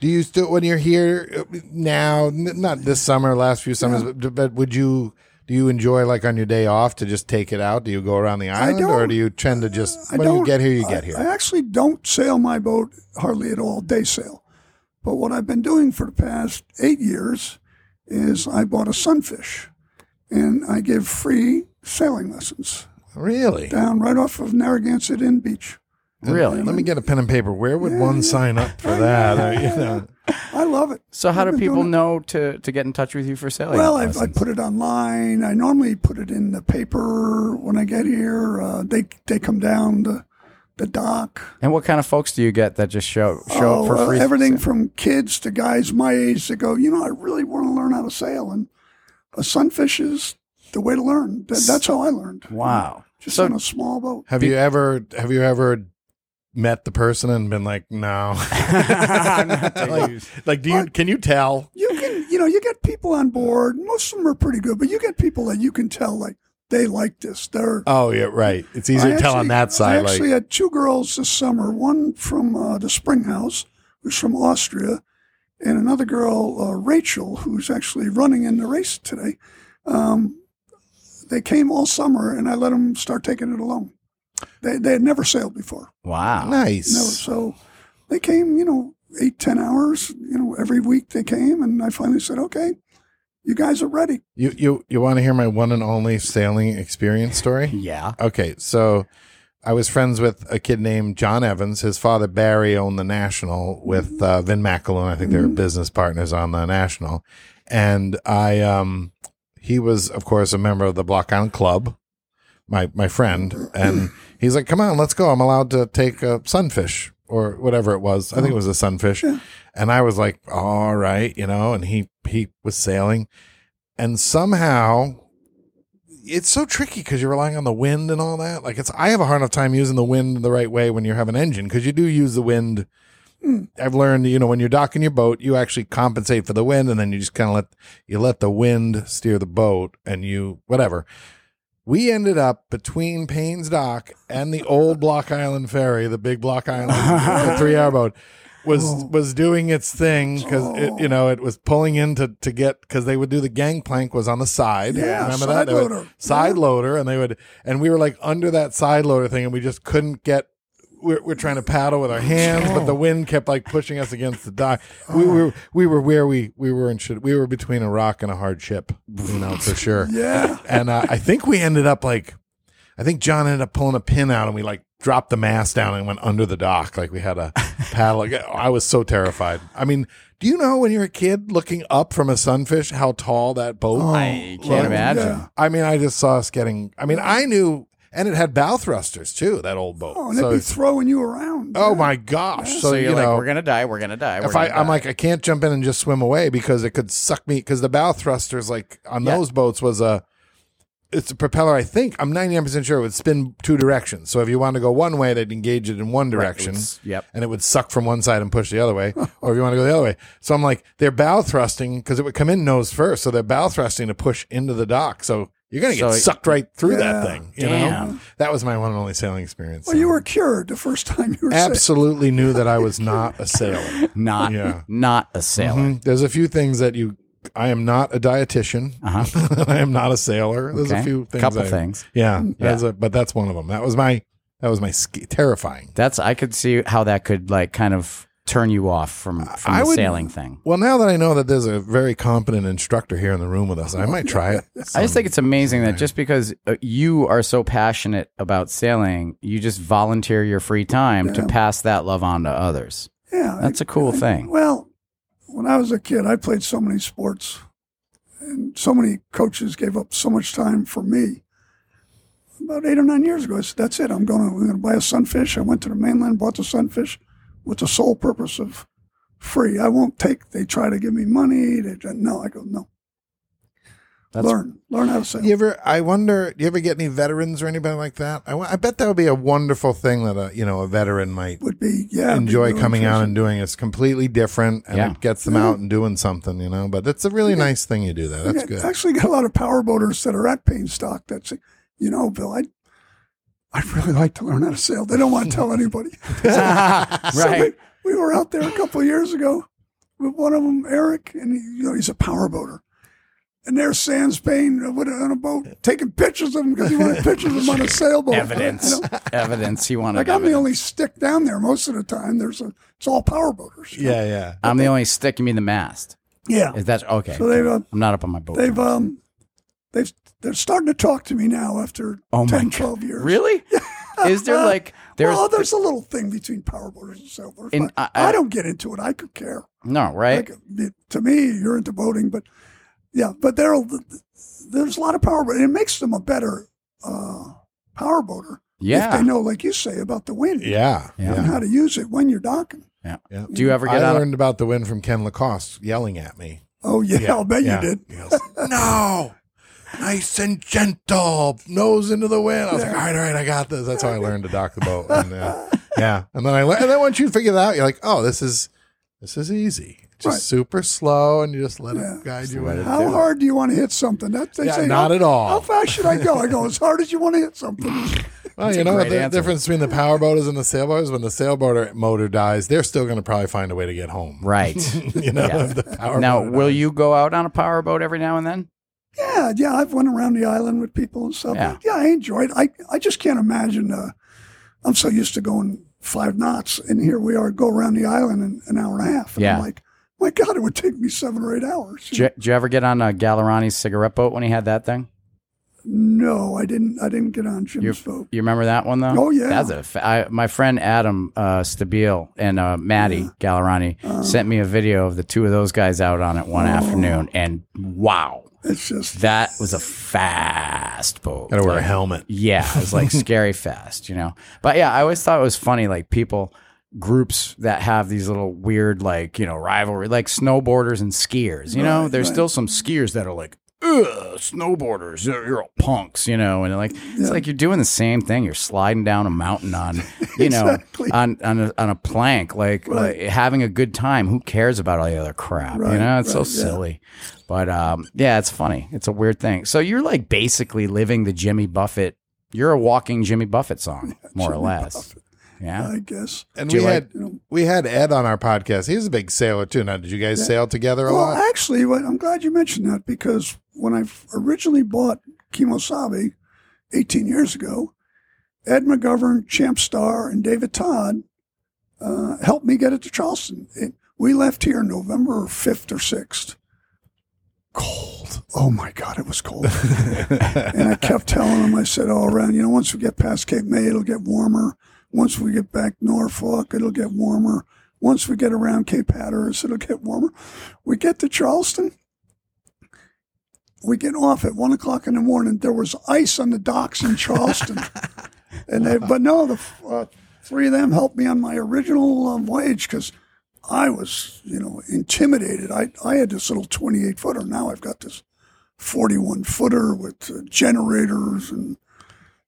[SPEAKER 1] Do you still when you're here uh, now? n- Not this summer, last few summers, but, but would you? Do you enjoy like on your day off to just take it out? Do you go around the island, or
[SPEAKER 4] don't-
[SPEAKER 1] do you tend to just
[SPEAKER 4] I
[SPEAKER 1] when you
[SPEAKER 4] don't-
[SPEAKER 1] get here, you
[SPEAKER 4] I-
[SPEAKER 1] get here?
[SPEAKER 4] I actually don't sail my boat hardly at all, day sail. But what I've been doing for the past eight years is I bought a sunfish and I give free sailing lessons
[SPEAKER 1] really?
[SPEAKER 4] down right off of Narragansett Inn Beach.
[SPEAKER 2] Really?
[SPEAKER 1] Let me get a pen and paper. Where would one sign up for that? Uh, you know.
[SPEAKER 4] I love it.
[SPEAKER 2] So how
[SPEAKER 4] I've
[SPEAKER 2] do
[SPEAKER 4] been
[SPEAKER 2] people
[SPEAKER 4] doing it-
[SPEAKER 2] know to, to get in touch with you for sailing?
[SPEAKER 4] Well, I, I put it online. I normally put it in the paper when I get here. Uh, they they come down the the dock.
[SPEAKER 2] and what kind of folks do you get that just show show
[SPEAKER 4] Oh,
[SPEAKER 2] up for
[SPEAKER 4] uh,
[SPEAKER 2] free?
[SPEAKER 4] everything from kids to guys my age that go, you know, I really want to learn how to sail. And a sunfish is the way to learn. Th- that's how I learned.
[SPEAKER 2] Wow.
[SPEAKER 4] Just
[SPEAKER 2] So-
[SPEAKER 4] on a small boat.
[SPEAKER 1] Have you ever have you ever met the person and been like, no. like, like, do you can you tell?
[SPEAKER 4] you can you know you get people on board most of them are pretty good but you get people that you can tell like they like this they're
[SPEAKER 1] Oh yeah, right. It's easier
[SPEAKER 4] I
[SPEAKER 1] to tell on
[SPEAKER 4] actually-
[SPEAKER 1] that side.
[SPEAKER 4] I actually
[SPEAKER 1] Like,
[SPEAKER 4] had two girls this summer. One from uh, the Springhouse, who's from Austria, and another girl, uh, Rachel, who's actually running in the race today. Um, they came all summer, and I let them start taking it alone. They they had never sailed before,
[SPEAKER 2] Wow.
[SPEAKER 1] nice.
[SPEAKER 4] never. So they came, you know, eight ten hours, you know, every week they came, and I finally said, okay, you guys are ready.
[SPEAKER 1] You you you want to hear my one and only sailing experience story?
[SPEAKER 2] Yeah.
[SPEAKER 1] Okay, so I was friends with a kid named John Evans. His father Barry owned the National with uh, Vin McAloon. I think they were business partners on the National, and I um he was of course a member of the Block Island Club, my my friend, and he's like, "Come on, let's go. I'm allowed to take a sunfish." Or whatever it was, I think it was a sunfish, and I was like, "All right," you know. And he he was sailing, and somehow it's so tricky because you're relying on the wind and all that. Like it's, I have a hard enough time using the wind the right way when you have an engine because you do use the wind. I've learned, you know, when you're docking your boat, you actually compensate for the wind, and then you just kind of let you let the wind steer the boat, and you whatever. We ended up between Payne's Dock and the old Block Island ferry, the big Block Island, the three hour boat was
[SPEAKER 4] Oh.
[SPEAKER 1] was doing its thing because it, you know it was pulling in to, to get because they would do the gangplank was on the side.
[SPEAKER 4] Yeah,
[SPEAKER 1] remember
[SPEAKER 4] side
[SPEAKER 1] that They would-
[SPEAKER 4] loader.
[SPEAKER 1] side loader, and they would and we were like under that side loader thing, and we just couldn't get. We're, we're trying to paddle with our hands, but the
[SPEAKER 4] Oh.
[SPEAKER 1] wind kept like pushing us against the dock. We were we were where we we were in should we were between a rock and a hard ship, you know for sure.
[SPEAKER 4] Yeah,
[SPEAKER 1] And uh, I think we ended up like, I think John ended up pulling a pin out and we like dropped the mast down and went under the dock. Like we had a paddle. Like, I was so terrified. I mean, do you know when you're a kid looking up from a sunfish how tall that boat?
[SPEAKER 2] I can't
[SPEAKER 1] Well,
[SPEAKER 2] imagine.
[SPEAKER 4] Oh, yeah.
[SPEAKER 1] I mean, I just saw us getting, I mean, I knew, and it had bow thrusters too, that old boat.
[SPEAKER 4] oh, and
[SPEAKER 1] so
[SPEAKER 4] they'd be
[SPEAKER 1] it's-
[SPEAKER 4] throwing you around.
[SPEAKER 1] oh
[SPEAKER 4] Yeah.
[SPEAKER 1] my gosh. So,
[SPEAKER 2] So you're
[SPEAKER 1] you
[SPEAKER 2] like,
[SPEAKER 1] know,
[SPEAKER 2] we're gonna die. We're gonna die. we're
[SPEAKER 1] if I,
[SPEAKER 2] gonna
[SPEAKER 1] I'm
[SPEAKER 2] die."
[SPEAKER 1] like, I can't jump in and just swim away because it could suck me. Because the bow thrusters, like on
[SPEAKER 2] Yeah.
[SPEAKER 1] those boats, was a it's a propeller. I think I'm 99 percent sure it would spin two directions. So if you wanted to go one way, they'd engage it in one direction.
[SPEAKER 2] it's- yep.
[SPEAKER 1] and it would suck from one side and push the other way. or if you want to go the other way, so I'm like, they're bow thrusting because it would come in nose first, so they're bow thrusting to push into the dock. So you're gonna get
[SPEAKER 2] So-
[SPEAKER 1] sucked right through that
[SPEAKER 4] Yeah.
[SPEAKER 1] thing. You know,
[SPEAKER 2] Damn.
[SPEAKER 1] that was my one and only sailing experience.
[SPEAKER 4] Well, you were cured the first time you were sick.
[SPEAKER 1] absolutely knew that I was not a sailor.
[SPEAKER 2] not
[SPEAKER 1] Yeah.
[SPEAKER 2] not a sailor.
[SPEAKER 1] Mhm. There's a few things that you. I am not a dietitian. I am not a sailor. There's a
[SPEAKER 2] Uh-huh. Okay.
[SPEAKER 1] few things.
[SPEAKER 2] Couple
[SPEAKER 1] I-
[SPEAKER 2] things.
[SPEAKER 1] Yeah, that's a- but that's one of them. That was my. That was my ski, terrifying.
[SPEAKER 2] That's I could see how that could like kind of turn you off from from
[SPEAKER 1] I
[SPEAKER 2] the
[SPEAKER 1] would-
[SPEAKER 2] sailing thing.
[SPEAKER 1] Well, now that I know that there's a very competent instructor here in the room with us, I might try it.
[SPEAKER 2] I just think it's amazing that just because uh, you are so passionate about sailing, you just volunteer your free time to pass that love on to others.
[SPEAKER 4] Yeah,
[SPEAKER 2] That's a cool thing.
[SPEAKER 4] Well, when I was a kid, I played so many sports, and so many coaches gave up so much time for me. About eight or nine years ago, I said, "That's it. I'm going to we're going to buy a sunfish." I went to the mainland, bought the sunfish, with the sole purpose of free. I won't take. They try to give me money. They try- no. I go no.
[SPEAKER 2] That's-
[SPEAKER 4] learn, learn how to sail.
[SPEAKER 1] You ever? I wonder. Do you ever get any veterans or anybody like that? I, wa- I bet that would be a wonderful thing that a you know a veteran might
[SPEAKER 4] Would be yeah. it'd be
[SPEAKER 1] enjoy
[SPEAKER 4] really
[SPEAKER 1] coming out
[SPEAKER 4] interesting.
[SPEAKER 1] and doing. It's completely different, and
[SPEAKER 2] Yeah.
[SPEAKER 1] it gets them out and doing something. You know, but that's a really nice thing you do. That that's
[SPEAKER 4] Yeah,
[SPEAKER 1] good.
[SPEAKER 4] Actually, got a lot of power boaters that are at Payne Stock. That's you know, Bill, I I really like to learn how to sail. They don't want to tell anybody. So
[SPEAKER 2] right.
[SPEAKER 4] we, we were out there a couple of years ago with one of them, Eric, and he, you know he's a power boater. And there's Sans Payne with- uh, on a boat taking pictures of him because he wanted pictures of him on a sailboat.
[SPEAKER 2] Evidence.
[SPEAKER 4] You know,
[SPEAKER 2] Evidence you want
[SPEAKER 4] like
[SPEAKER 2] to
[SPEAKER 4] I'm the only stick down there most of the time. There's a it's all power boaters. you know?
[SPEAKER 1] yeah, yeah.
[SPEAKER 2] I'm the only stick you mean the mast.
[SPEAKER 4] Yeah.
[SPEAKER 2] Is that okay?
[SPEAKER 4] So they've uh,
[SPEAKER 2] I'm not up on my boat.
[SPEAKER 4] They've um, they've they're starting to talk to me now after
[SPEAKER 2] Oh my
[SPEAKER 4] 10,
[SPEAKER 2] God.
[SPEAKER 4] 12 years.
[SPEAKER 2] Really? Is there like there's
[SPEAKER 4] well, there's a little thing between power boaters and sailboaters.
[SPEAKER 2] In-
[SPEAKER 4] but
[SPEAKER 2] I-
[SPEAKER 4] I,
[SPEAKER 2] I-
[SPEAKER 4] don't get into it. I could care.
[SPEAKER 2] no right?
[SPEAKER 4] Like, it- to me, you're into boating, but yeah, but there there's a lot of power, boat- and it makes them a better uh, power boater if
[SPEAKER 2] Yeah.
[SPEAKER 4] they know, like you say, about the wind
[SPEAKER 1] Yeah.
[SPEAKER 2] Yeah.
[SPEAKER 4] and how to use it when you're docking.
[SPEAKER 1] yeah.
[SPEAKER 2] Do you ever get
[SPEAKER 1] I
[SPEAKER 2] out?
[SPEAKER 1] learned about the win from Ken Lacoste yelling at me.
[SPEAKER 4] Oh yeah, I'll bet
[SPEAKER 1] Yeah.
[SPEAKER 4] you did.
[SPEAKER 1] He goes, no, nice and gentle, nose into the wind. I was like, all right, all right, I got this. That's how I learned to dock the boat. And, uh, yeah. And then I le- and then once you figure it out, you're like, oh, this is this is easy. Just
[SPEAKER 4] Right.
[SPEAKER 1] super slow, and you just let
[SPEAKER 4] Yeah.
[SPEAKER 1] it guide you.
[SPEAKER 2] let
[SPEAKER 1] in.
[SPEAKER 2] it
[SPEAKER 4] How hard do you want to hit something? That they
[SPEAKER 1] Yeah,
[SPEAKER 4] say
[SPEAKER 1] not
[SPEAKER 4] how-
[SPEAKER 1] at all.
[SPEAKER 4] How fast should I go? I go as hard as you want to hit something.
[SPEAKER 1] Well, you
[SPEAKER 2] a
[SPEAKER 1] know what
[SPEAKER 2] great
[SPEAKER 1] the
[SPEAKER 2] answer.
[SPEAKER 1] difference between the power boaters and the sailboaters? When the sailboater motor dies, they're still going to probably find a way to get home.
[SPEAKER 2] Right.
[SPEAKER 1] you know,
[SPEAKER 2] Yeah.
[SPEAKER 1] if the power
[SPEAKER 2] now,
[SPEAKER 1] motor
[SPEAKER 2] will
[SPEAKER 1] dies.
[SPEAKER 2] you go out on a powerboat every now and then?
[SPEAKER 4] Yeah, yeah, I've went around the island with people and stuff.
[SPEAKER 2] Yeah.
[SPEAKER 4] Yeah, I enjoyed. I I just can't imagine. Uh, I'm so used to going five knots, and here we are go around the island in an hour and a half. And
[SPEAKER 2] Yeah.
[SPEAKER 4] I'm like, my God, it would take me seven or eight hours.
[SPEAKER 2] Did you, did you ever get on uh, Gallerani's cigarette boat when he had that thing?
[SPEAKER 4] no, I didn't. I didn't get on Jim's boat.
[SPEAKER 2] You remember that one though?
[SPEAKER 4] Oh, yeah.
[SPEAKER 2] That's a fa- I, my friend Adam uh, Stabile and uh, Maddie Gallerani
[SPEAKER 4] Uh-huh.
[SPEAKER 2] sent me a video of the two of those guys out on it
[SPEAKER 4] Oh.
[SPEAKER 2] one afternoon, and wow,
[SPEAKER 4] It's just
[SPEAKER 2] that was a fast boat.
[SPEAKER 1] Gotta wear a helmet.
[SPEAKER 2] Yeah, it was like scary fast, you know. But yeah, I always thought it was funny, like people groups that have these little weird like you know rivalry like snowboarders and skiers you know there's still some skiers that are like Ugh, snowboarders you're, you're all punks you know and like it's like you're doing the same thing you're sliding down a mountain on you know
[SPEAKER 4] Exactly.
[SPEAKER 2] on on a, on a plank like,
[SPEAKER 4] Right.
[SPEAKER 2] like, having a good time who cares about all the other crap you
[SPEAKER 4] Right,
[SPEAKER 2] know it's so
[SPEAKER 4] right, yeah.
[SPEAKER 2] silly but um yeah it's funny it's a weird thing so you're like basically living the jimmy buffett you're a walking Jimmy Buffett song, more or less. Yeah.
[SPEAKER 1] Uh,
[SPEAKER 4] I guess.
[SPEAKER 1] And
[SPEAKER 2] Do
[SPEAKER 1] we
[SPEAKER 2] you like-
[SPEAKER 1] had
[SPEAKER 4] you know-
[SPEAKER 1] we had Ed on our podcast. He's a big sailor too. Now, did you guys sail together a
[SPEAKER 4] Well,
[SPEAKER 1] lot?
[SPEAKER 4] actually, what, I'm glad you mentioned that because when I originally bought Kimosabe 18 years ago, Ed McGovern, Champ Star, and David Todd uh, helped me get it to Charleston. It, we left here November 5th or 6th. Cold. Oh my God, it was cold. and I kept telling him, I said, all around, you know, once we get past Cape May, it'll get warmer. Once we get back Norfolk, it'll get warmer. Once we get around Cape Hatteras, it'll get warmer. We get to Charleston. We get off at one o'clock in the morning. There was ice on the docks in Charleston, and they, but no, the uh, three of them helped me on my original uh, voyage because I was, you know, intimidated. I I had this little twenty-eight footer. Now I've got this forty-one footer with uh, generators and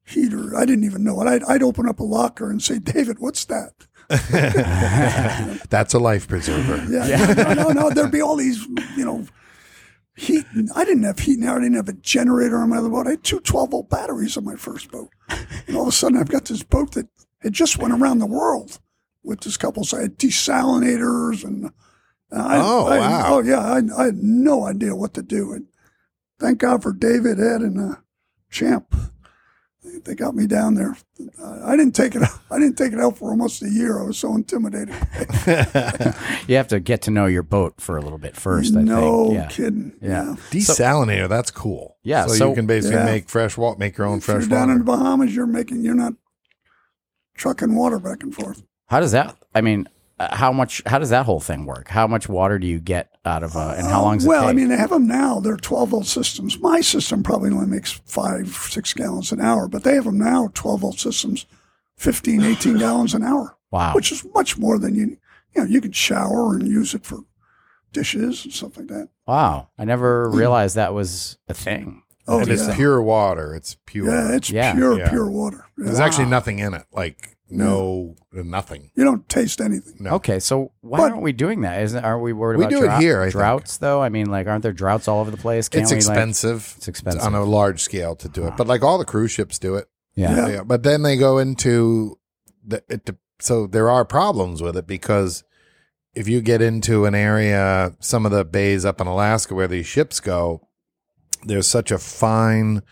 [SPEAKER 4] heater. I didn't even know it. I'd, I'd open up a locker and say, David, what's that?
[SPEAKER 1] That's a life preserver.
[SPEAKER 4] Yeah. No, no, no. There'd be all these, you know, heat. And I didn't have heat now. I didn't have a generator on my other boat. I had two 12 volt batteries on my first boat. And all of a sudden, I've got this boat that had just went around the world with this couple. So I had desalinators and. and I,
[SPEAKER 1] Oh,
[SPEAKER 4] I-
[SPEAKER 1] wow.
[SPEAKER 4] Oh, yeah. I, I had no idea what to do. And thank God for David, Ed, and uh, Champ. They- They got me down there. I I didn't take it. I didn't take it out for almost a year. I was so intimidated.
[SPEAKER 2] You have to get to know your boat for a little bit first, I
[SPEAKER 4] no
[SPEAKER 2] think. Yeah.
[SPEAKER 4] kidding.
[SPEAKER 2] Yeah.
[SPEAKER 1] Desalinator. that's cool.
[SPEAKER 2] Yeah,
[SPEAKER 1] So,
[SPEAKER 2] so-
[SPEAKER 1] you can basically
[SPEAKER 4] Yeah.
[SPEAKER 1] make fresh water, make your own
[SPEAKER 4] If
[SPEAKER 1] fresh
[SPEAKER 4] you're down in
[SPEAKER 1] water.
[SPEAKER 4] the Bahamas, you're making you're not trucking water back and forth.
[SPEAKER 2] How does that I mean, uh, how much how does that whole thing work? How much water do you get out of uh, and how long does it
[SPEAKER 4] well,
[SPEAKER 2] take?
[SPEAKER 4] I mean, they have them now. They're 12 volt systems. My system probably only makes five, six gallons an hour, but they have them now 12 volt systems, 15, 18 gallons an hour,
[SPEAKER 2] wow.
[SPEAKER 4] which is much more than you. You know, you can shower and use it for dishes and stuff like that.
[SPEAKER 2] wow. I
[SPEAKER 1] Hmm.
[SPEAKER 2] never realized that was a thing.
[SPEAKER 4] Oh
[SPEAKER 1] and
[SPEAKER 4] yeah,
[SPEAKER 1] it's pure water. It's pure.
[SPEAKER 4] yeah, it's
[SPEAKER 2] Yeah.
[SPEAKER 4] pure,
[SPEAKER 1] Yeah.
[SPEAKER 4] pure water. Yeah.
[SPEAKER 1] There's actually nothing in it. Like no, nothing.
[SPEAKER 4] You don't taste anything.
[SPEAKER 1] No.
[SPEAKER 2] Okay, so why
[SPEAKER 4] But-
[SPEAKER 2] aren't we doing that? Isn't aren't we worried
[SPEAKER 1] We
[SPEAKER 2] about
[SPEAKER 1] do it
[SPEAKER 2] drou-
[SPEAKER 1] here, I think.
[SPEAKER 2] droughts though? I mean, like aren't there droughts all over the place? Can't
[SPEAKER 1] it's
[SPEAKER 2] we like
[SPEAKER 1] expensive.
[SPEAKER 2] It's expensive.
[SPEAKER 1] on a large scale to do it, but like all the cruise ships do it.
[SPEAKER 2] yeah.
[SPEAKER 4] Yeah.
[SPEAKER 1] Yeah, but then they go into the it, de- so there are problems with it because if you get into an area, some of the bays up in Alaska where these ships go, there's such a fine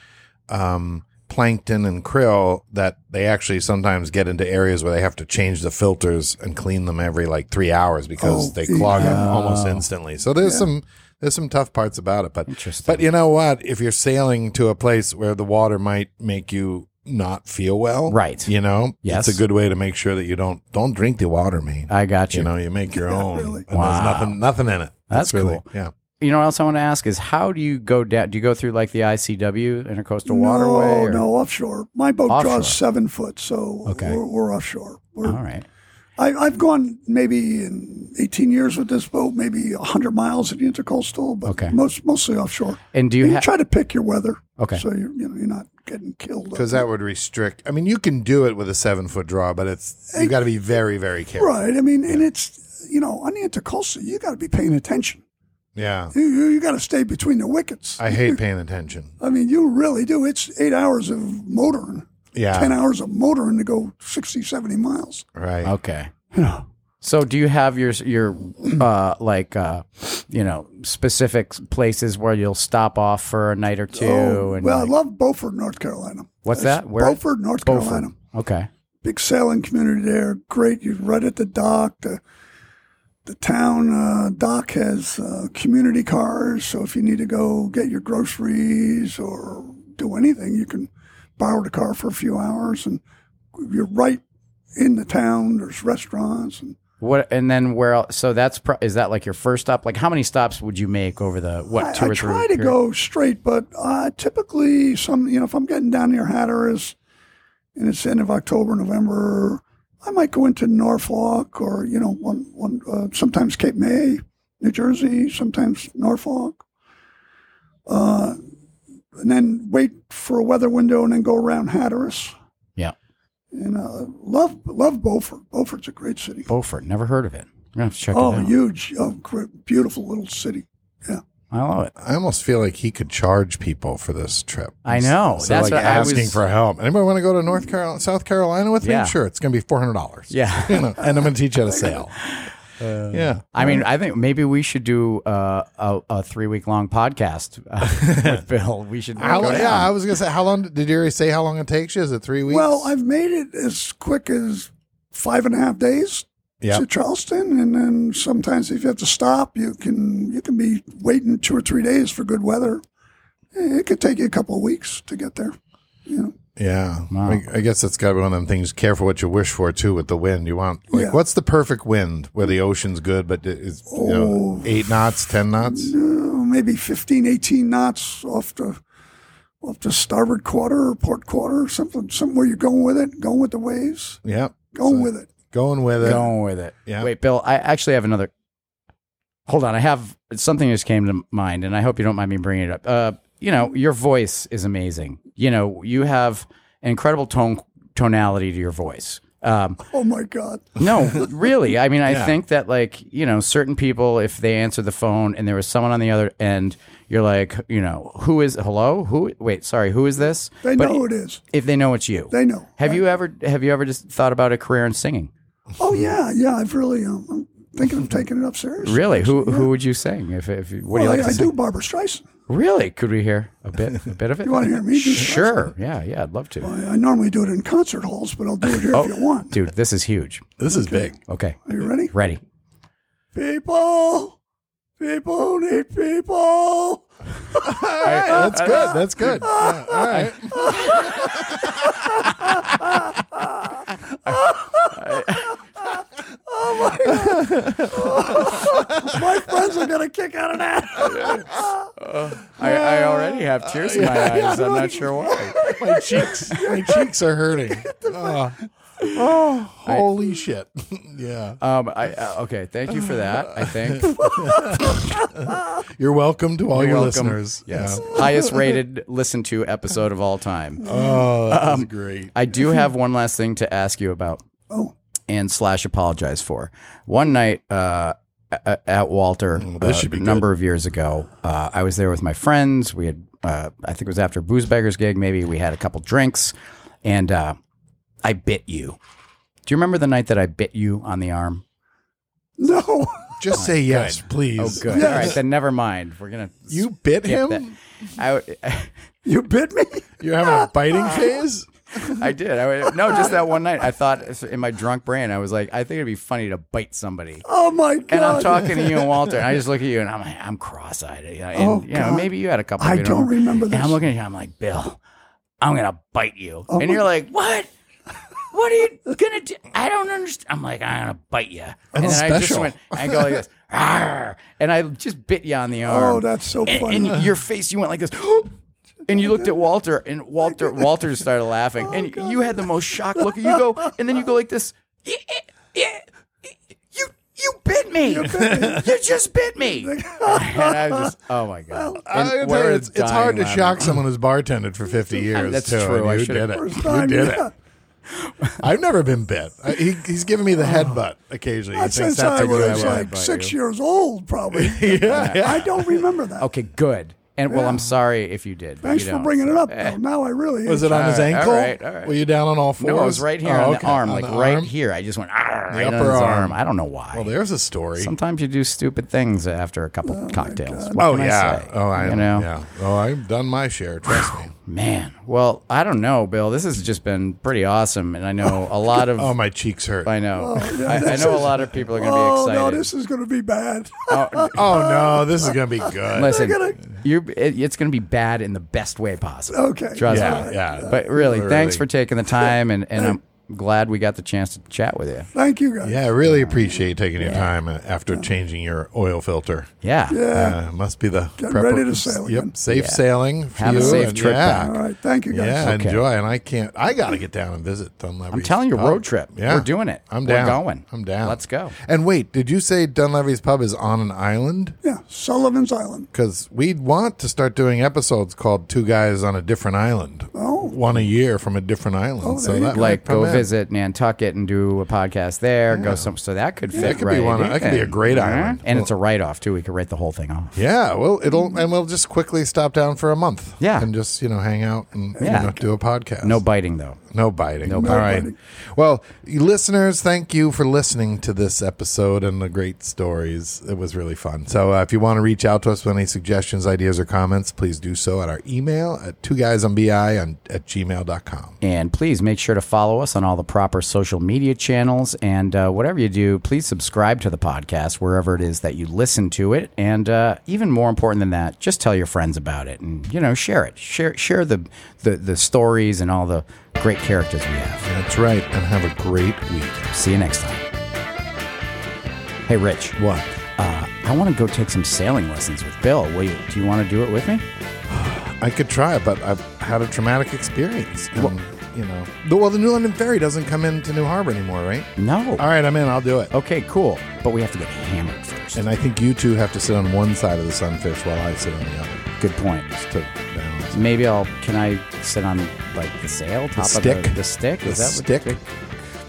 [SPEAKER 1] um, plankton and krill that they actually sometimes get into areas where they have to change the filters and clean them every like three hours because
[SPEAKER 4] Oh,
[SPEAKER 1] they clog
[SPEAKER 4] yeah.
[SPEAKER 1] up almost instantly. So there's
[SPEAKER 4] Yeah.
[SPEAKER 1] some there's some tough parts about it, but
[SPEAKER 2] Interesting.
[SPEAKER 1] but you know what? If you're sailing to a place where the water might make you not feel well,
[SPEAKER 2] Right.
[SPEAKER 1] You know,
[SPEAKER 2] Yes.
[SPEAKER 1] it's a good way to make sure that you don't don't drink the water, man.
[SPEAKER 2] I got you.
[SPEAKER 1] you know, you make your own.
[SPEAKER 4] really.
[SPEAKER 1] and
[SPEAKER 2] Wow.
[SPEAKER 1] There's nothing nothing in it.
[SPEAKER 2] That's
[SPEAKER 1] really
[SPEAKER 2] cool.
[SPEAKER 1] yeah.
[SPEAKER 2] you know what else I want to ask is how do you go down? Do you go through like the ICW intercoastal
[SPEAKER 4] no,
[SPEAKER 2] waterway? or-
[SPEAKER 4] no, offshore. My boat
[SPEAKER 2] Offshore.
[SPEAKER 4] draws seven foot, so
[SPEAKER 2] Okay.
[SPEAKER 4] we're, we're offshore. We're,
[SPEAKER 2] All right.
[SPEAKER 4] I, I've gone maybe in 18 years with this boat, maybe 100 miles in the intercoastal, but
[SPEAKER 2] Okay.
[SPEAKER 4] most, mostly offshore.
[SPEAKER 2] And do you
[SPEAKER 4] And you
[SPEAKER 2] have?
[SPEAKER 4] try to pick your weather.
[SPEAKER 2] Okay.
[SPEAKER 4] So you're, you know, you're not getting killed.
[SPEAKER 1] Because that would restrict. I mean, you can do it with a seven foot draw, but it's you got to be very, very careful.
[SPEAKER 4] Right. I mean, and it's, you know, on the intercoastal, you got to be paying attention.
[SPEAKER 1] Yeah,
[SPEAKER 4] You, you, you got to stay between the wickets.
[SPEAKER 1] I hate paying attention.
[SPEAKER 4] I mean, you really do. It's eight hours of motoring,
[SPEAKER 1] Yeah,
[SPEAKER 4] 10 hours of motoring to go 60, 70 miles.
[SPEAKER 1] right.
[SPEAKER 2] Okay.
[SPEAKER 4] You know,
[SPEAKER 2] So do you have your your uh, like uh, you know specific places where you'll stop off for a night or two?
[SPEAKER 4] Oh,
[SPEAKER 2] and
[SPEAKER 4] well, I
[SPEAKER 2] like-
[SPEAKER 4] love Beaufort, North Carolina.
[SPEAKER 2] What's that? Where?
[SPEAKER 4] Beaufort, North Carolina.
[SPEAKER 2] okay.
[SPEAKER 4] Big sailing community there. Great. You're right at the dock. The, the town uh, dock has uh, community cars. So if you need to go get your groceries or do anything, you can borrow the car for a few hours. And you're right in the town. There's restaurants. And
[SPEAKER 2] What and then where else? So that's pro- is that like your first stop? Like how many stops would you make over the
[SPEAKER 4] I,
[SPEAKER 2] what two
[SPEAKER 4] I
[SPEAKER 2] or three?
[SPEAKER 4] try to
[SPEAKER 2] period?
[SPEAKER 4] go straight, but uh, typically, some you know, if I'm getting down near Hatteras, and it's the end of October, November, I might go into Norfolk or you know, one one uh, sometimes Cape May, New Jersey, sometimes Norfolk, uh, and then wait for a weather window and then go around Hatteras.
[SPEAKER 2] Yeah.
[SPEAKER 4] and uh, love love Beaufort. Beaufort's a great city.
[SPEAKER 2] Beaufort. Never heard of it. I'm gonna have to check
[SPEAKER 4] Oh,
[SPEAKER 2] it out.
[SPEAKER 4] huge, oh, great, beautiful little city.
[SPEAKER 2] I love it.
[SPEAKER 1] I almost feel like he could charge people for this trip.
[SPEAKER 2] I know.
[SPEAKER 1] So
[SPEAKER 2] that's
[SPEAKER 1] like
[SPEAKER 2] what
[SPEAKER 1] asking
[SPEAKER 2] I was,
[SPEAKER 1] for help. Anybody want to go to North Carolina, South Carolina with
[SPEAKER 2] Yeah.
[SPEAKER 1] me? Sure, it's going to be four hundred dollars.
[SPEAKER 2] Yeah.
[SPEAKER 1] you know, and I'm going to teach you how to sail.
[SPEAKER 2] Uh,
[SPEAKER 1] yeah,
[SPEAKER 2] I mean, I think maybe we should do uh, a, a three week long podcast uh, with Bill. We should.
[SPEAKER 1] How,
[SPEAKER 2] go
[SPEAKER 1] yeah,
[SPEAKER 2] down.
[SPEAKER 1] I was gonna say, how long did you already say how long it takes you? Is it three weeks?
[SPEAKER 4] Well, I've made it as quick as five and a half days
[SPEAKER 1] yeah,
[SPEAKER 4] to Charleston, and then sometimes if you have to stop, you can you can be waiting two or three days for good weather. It could take you a couple of weeks to get there. You know,
[SPEAKER 1] yeah.
[SPEAKER 2] Wow.
[SPEAKER 1] I, I guess that's got to be one of them things. Careful what you wish for too with the wind. You want like
[SPEAKER 4] Yeah.
[SPEAKER 1] what's the perfect wind where the ocean's good, but it's you know,
[SPEAKER 4] Oh.
[SPEAKER 1] eight knots, ten knots.
[SPEAKER 4] Uh, maybe 15, 18 knots off the off the starboard quarter or port quarter, something somewhere you're going with it, going with the waves,
[SPEAKER 1] Yeah,
[SPEAKER 4] going with it.
[SPEAKER 1] going with it.
[SPEAKER 2] going with it.
[SPEAKER 1] Yeah.
[SPEAKER 2] Wait, Bill, I actually have another. Hold on, I have something just came to mind, and I hope you don't mind me bringing it up. Uh, you know, your voice is amazing. You know, you have an incredible tone tonality to your voice. Um,
[SPEAKER 4] Oh my God!
[SPEAKER 2] no, really. I mean, I
[SPEAKER 1] Yeah.
[SPEAKER 2] think that like you know, certain people, if they answer the phone and there was someone on the other end, you're like, you know, who is hello? Who? Wait, sorry, who is this?
[SPEAKER 4] They
[SPEAKER 2] But
[SPEAKER 4] know it is.
[SPEAKER 2] if they know it's you.
[SPEAKER 4] They know.
[SPEAKER 2] have you ever have you ever just thought about a career in singing?
[SPEAKER 4] Oh yeah, yeah. I've really um, I'm thinking of taking it up seriously.
[SPEAKER 2] Really? Who who would you sing? If, if you- what do you
[SPEAKER 4] Well,
[SPEAKER 2] like to
[SPEAKER 4] I, I
[SPEAKER 2] sing?
[SPEAKER 4] do Barbara Streisand.
[SPEAKER 2] Really? Could we hear a bit a bit of it?
[SPEAKER 4] You want to hear me? Do
[SPEAKER 2] Sure. Yeah. Yeah. I'd love to.
[SPEAKER 4] Streisand? I, I normally do it in concert halls, but I'll do it here
[SPEAKER 2] Oh.
[SPEAKER 4] if you want.
[SPEAKER 2] Dude, this is huge.
[SPEAKER 1] This is big.
[SPEAKER 2] Okay.
[SPEAKER 4] Are you ready?
[SPEAKER 2] Ready?
[SPEAKER 4] People, people need people.
[SPEAKER 1] All right,
[SPEAKER 2] Uh,
[SPEAKER 1] that's good. That's good. Yeah, all right.
[SPEAKER 4] My friends are gonna kick out of that.
[SPEAKER 2] I, I already have tears in my eyes. I'm not sure why.
[SPEAKER 1] My cheeks, my cheeks are hurting. Oh, Oh, holy shit! yeah,
[SPEAKER 2] Um. I uh, okay. Thank you for that. I think
[SPEAKER 1] you're welcome to all
[SPEAKER 2] You're
[SPEAKER 1] your
[SPEAKER 2] welcome.
[SPEAKER 1] listeners.
[SPEAKER 2] yes.
[SPEAKER 1] Yeah.
[SPEAKER 2] Highest rated listened to episode of all time.
[SPEAKER 1] Oh, that was great.
[SPEAKER 2] Um, I do have one last thing to ask you about.
[SPEAKER 4] Oh.
[SPEAKER 2] And slash apologize for one night uh, a- a- at Walter
[SPEAKER 1] this
[SPEAKER 2] uh,
[SPEAKER 1] Oh, should be
[SPEAKER 2] a number of years ago. Uh, I was there with my friends. We had uh, I think it was after Boozebagger's gig. Maybe we had a couple drinks, and uh, I bit you. Do you remember the night that I bit you on the arm?
[SPEAKER 4] No,
[SPEAKER 1] Just say yes, please.
[SPEAKER 2] Oh, good. All right, then never mind. We're gonna
[SPEAKER 1] You bit him?
[SPEAKER 2] skip that. I, would-
[SPEAKER 4] you bit me.
[SPEAKER 1] You're having a biting phase?
[SPEAKER 2] I did. I would- no, just that one night. I thought in my drunk brain, I was like, I think it'd be funny to bite somebody.
[SPEAKER 4] Oh my God!
[SPEAKER 2] and I'm talking to you and Walter, and I just look at you and I'm like, I'm cross-eyed. And,
[SPEAKER 4] Oh,
[SPEAKER 2] you know,
[SPEAKER 4] God.
[SPEAKER 2] maybe you had a couple.
[SPEAKER 4] I
[SPEAKER 2] you
[SPEAKER 4] don't remember
[SPEAKER 2] And
[SPEAKER 4] this. Oh
[SPEAKER 2] I'm looking at you. I'm like, Bill, I'm gonna bite you, and
[SPEAKER 4] my-
[SPEAKER 2] you're like, what? What are you gonna do? I don't understand. I'm like, I'm gonna bite you, and then I just
[SPEAKER 1] special.
[SPEAKER 2] went, I go like this, "Arr," and I just bit you on the arm.
[SPEAKER 4] Oh, that's so funny.
[SPEAKER 2] and, and your face, you went like this. And you looked at Walter, and Walter Walter started
[SPEAKER 1] Oh,
[SPEAKER 2] laughing, and you had the most shocked look. You go, and then you go like this. "Yeah, yeah, You you bit me.
[SPEAKER 4] You bit me.
[SPEAKER 2] You just bit me. and I was just, oh my God. And
[SPEAKER 1] I tell
[SPEAKER 2] we're
[SPEAKER 1] you, it's, it's hard to
[SPEAKER 2] dying
[SPEAKER 1] shock someone who's bartended for 50 years.
[SPEAKER 2] That's
[SPEAKER 1] too,
[SPEAKER 2] true.
[SPEAKER 1] and
[SPEAKER 2] I
[SPEAKER 1] You
[SPEAKER 2] should've-
[SPEAKER 1] did it.
[SPEAKER 4] First
[SPEAKER 1] You
[SPEAKER 4] time,
[SPEAKER 1] did
[SPEAKER 4] yeah.
[SPEAKER 1] it. I've never been bit. I, he, he's giving me the
[SPEAKER 2] Oh.
[SPEAKER 1] headbutt occasionally. He
[SPEAKER 4] Not
[SPEAKER 1] thinks
[SPEAKER 4] since I
[SPEAKER 1] a good
[SPEAKER 4] was
[SPEAKER 1] headbutt.
[SPEAKER 4] like six years old, probably.
[SPEAKER 1] yeah, yeah.
[SPEAKER 4] I don't remember that.
[SPEAKER 2] Okay, good. And well, I'm sorry if you did. but
[SPEAKER 4] Thanks
[SPEAKER 2] you
[SPEAKER 4] for
[SPEAKER 2] don't.
[SPEAKER 4] bringing it up.
[SPEAKER 2] Eh.
[SPEAKER 4] though. Now I really
[SPEAKER 1] Was it on
[SPEAKER 2] All
[SPEAKER 1] his
[SPEAKER 2] right, all
[SPEAKER 1] ankle?
[SPEAKER 2] right, all right.
[SPEAKER 1] Were you down on all fours?
[SPEAKER 2] No, it was right here
[SPEAKER 1] Oh,
[SPEAKER 2] on
[SPEAKER 1] okay.
[SPEAKER 2] the arm,
[SPEAKER 1] On
[SPEAKER 2] like
[SPEAKER 1] the
[SPEAKER 2] right
[SPEAKER 1] arm?
[SPEAKER 2] here. I just went "Arr," right
[SPEAKER 1] upper
[SPEAKER 2] on his
[SPEAKER 1] arm.
[SPEAKER 2] arm. I don't know why.
[SPEAKER 1] Well, there's a story.
[SPEAKER 2] Sometimes you do stupid things after a couple cocktails. What
[SPEAKER 1] oh
[SPEAKER 2] can
[SPEAKER 1] yeah.
[SPEAKER 2] I say?
[SPEAKER 1] Oh, I
[SPEAKER 2] you know,
[SPEAKER 1] Yeah. Oh, I've done my share. Trust me.
[SPEAKER 2] man. Well, I don't know, Bill. This has just been pretty awesome, and I know a lot of.
[SPEAKER 1] Oh, my cheeks hurt.
[SPEAKER 2] I know.
[SPEAKER 4] Oh, yeah,
[SPEAKER 2] I, I
[SPEAKER 4] this
[SPEAKER 2] know a
[SPEAKER 4] is-
[SPEAKER 2] lot of people are going to
[SPEAKER 4] oh,
[SPEAKER 2] be
[SPEAKER 4] no,
[SPEAKER 2] excited.
[SPEAKER 4] this is going to be bad.
[SPEAKER 2] Oh,
[SPEAKER 1] Oh no, this is gonna be good.
[SPEAKER 2] listen,
[SPEAKER 4] gonna-
[SPEAKER 2] you're, it, it's going to be bad in the best way possible.
[SPEAKER 4] Okay.
[SPEAKER 2] Trust
[SPEAKER 1] Yeah,
[SPEAKER 2] me.
[SPEAKER 1] yeah.
[SPEAKER 2] But really, thanks
[SPEAKER 1] Literally.
[SPEAKER 2] for taking the time, and, and I'm glad we got the chance to chat with you.
[SPEAKER 4] Thank you, guys.
[SPEAKER 1] Yeah, I really appreciate taking your time uh, after changing your oil filter.
[SPEAKER 2] Yeah.
[SPEAKER 4] Yeah.
[SPEAKER 1] Uh, must be the
[SPEAKER 4] Get ready to sail again.
[SPEAKER 1] Yep, safe sailing. For
[SPEAKER 2] Have a
[SPEAKER 1] you,
[SPEAKER 2] safe
[SPEAKER 1] and
[SPEAKER 2] trip
[SPEAKER 1] Yeah,
[SPEAKER 4] All right. Thank you, guys.
[SPEAKER 1] yeah.
[SPEAKER 2] Okay.
[SPEAKER 1] Enjoy. And I can't. I got to get down and visit Dunleavy.
[SPEAKER 2] I'm telling you, road trip.
[SPEAKER 1] Oh, Yeah,
[SPEAKER 2] We're doing it.
[SPEAKER 1] I'm
[SPEAKER 2] We're
[SPEAKER 1] down.
[SPEAKER 2] going.
[SPEAKER 1] I'm down.
[SPEAKER 2] Let's go.
[SPEAKER 1] And wait, did you say Dunleavy's Pub is on an island?
[SPEAKER 4] Yeah. Sullivan's Island.
[SPEAKER 1] Because we'd want to start doing episodes called Two Guys on a Different Island.
[SPEAKER 4] Oh.
[SPEAKER 1] One a year from a different island.
[SPEAKER 4] Oh,
[SPEAKER 1] so
[SPEAKER 4] there you
[SPEAKER 1] that
[SPEAKER 4] go.
[SPEAKER 1] might
[SPEAKER 2] like go
[SPEAKER 1] come in.
[SPEAKER 2] visit Nantucket and do a podcast there. Go some so that could fit.
[SPEAKER 1] that could be
[SPEAKER 2] right
[SPEAKER 1] one- that could be
[SPEAKER 2] in. Uh-huh.
[SPEAKER 1] a great island.
[SPEAKER 2] and it's a write off too. We could write the whole thing off.
[SPEAKER 1] Yeah, well, it'll and we'll just quickly stop down for a month.
[SPEAKER 2] Yeah.
[SPEAKER 1] and just you know hang out and you
[SPEAKER 2] Yeah.
[SPEAKER 1] know, do a podcast.
[SPEAKER 2] No biting though.
[SPEAKER 1] no biting.
[SPEAKER 2] No
[SPEAKER 1] All
[SPEAKER 2] biting.
[SPEAKER 1] right. Well, you listeners, thank you for listening to this episode and the great stories. It was really fun. So, uh, if you want to reach out to us with any suggestions, ideas, or comments, please do so at our email at two guys on bi on, at gmail.com.
[SPEAKER 2] And please make sure to follow us on all the proper social media channels. And uh, whatever you do, please subscribe to the podcast wherever it is that you listen to it. And uh, even more important than that, just tell your friends about it and you know share it. Share share the the, the stories and all the great characters we have.
[SPEAKER 1] That's right. And have a great week.
[SPEAKER 2] See you next time. Hey, Rich.
[SPEAKER 1] What?
[SPEAKER 2] Uh, I want to go take some sailing lessons with Bill. Will you? Do you want to do it with me?
[SPEAKER 1] I could try, but I've had a traumatic experience. And, you know, the, well, the New London Ferry doesn't come into New Harbor anymore, right?
[SPEAKER 2] No.
[SPEAKER 1] All right, I'm in. I'll do it.
[SPEAKER 2] Okay, cool. But we have to get hammered first.
[SPEAKER 1] And I think you two have to sit on one side of the sunfish while I sit on the other.
[SPEAKER 2] Good point.
[SPEAKER 1] Just to balance.
[SPEAKER 2] Maybe I'll. Can I sit on like the sail top
[SPEAKER 1] stick?
[SPEAKER 2] of the, the stick?
[SPEAKER 1] The
[SPEAKER 2] is that
[SPEAKER 1] stick?
[SPEAKER 2] What,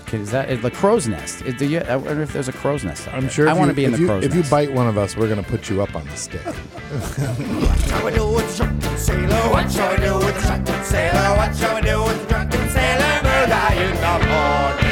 [SPEAKER 2] okay, is that the crow's nest? Is- do you, I wonder if there's a crow's nest. Out
[SPEAKER 1] I'm
[SPEAKER 2] there.
[SPEAKER 1] sure.
[SPEAKER 2] I
[SPEAKER 1] if
[SPEAKER 2] want to
[SPEAKER 1] you-
[SPEAKER 2] be in
[SPEAKER 1] if
[SPEAKER 2] the
[SPEAKER 1] you,
[SPEAKER 2] crow's
[SPEAKER 1] If
[SPEAKER 2] nest.
[SPEAKER 1] you bite one of us, we're going to put you up on the stick.
[SPEAKER 3] shall we do with the drunken sailor? What shall we do with the drunken sailor? What shall we do with the drunken sailor? We're dying of boredom.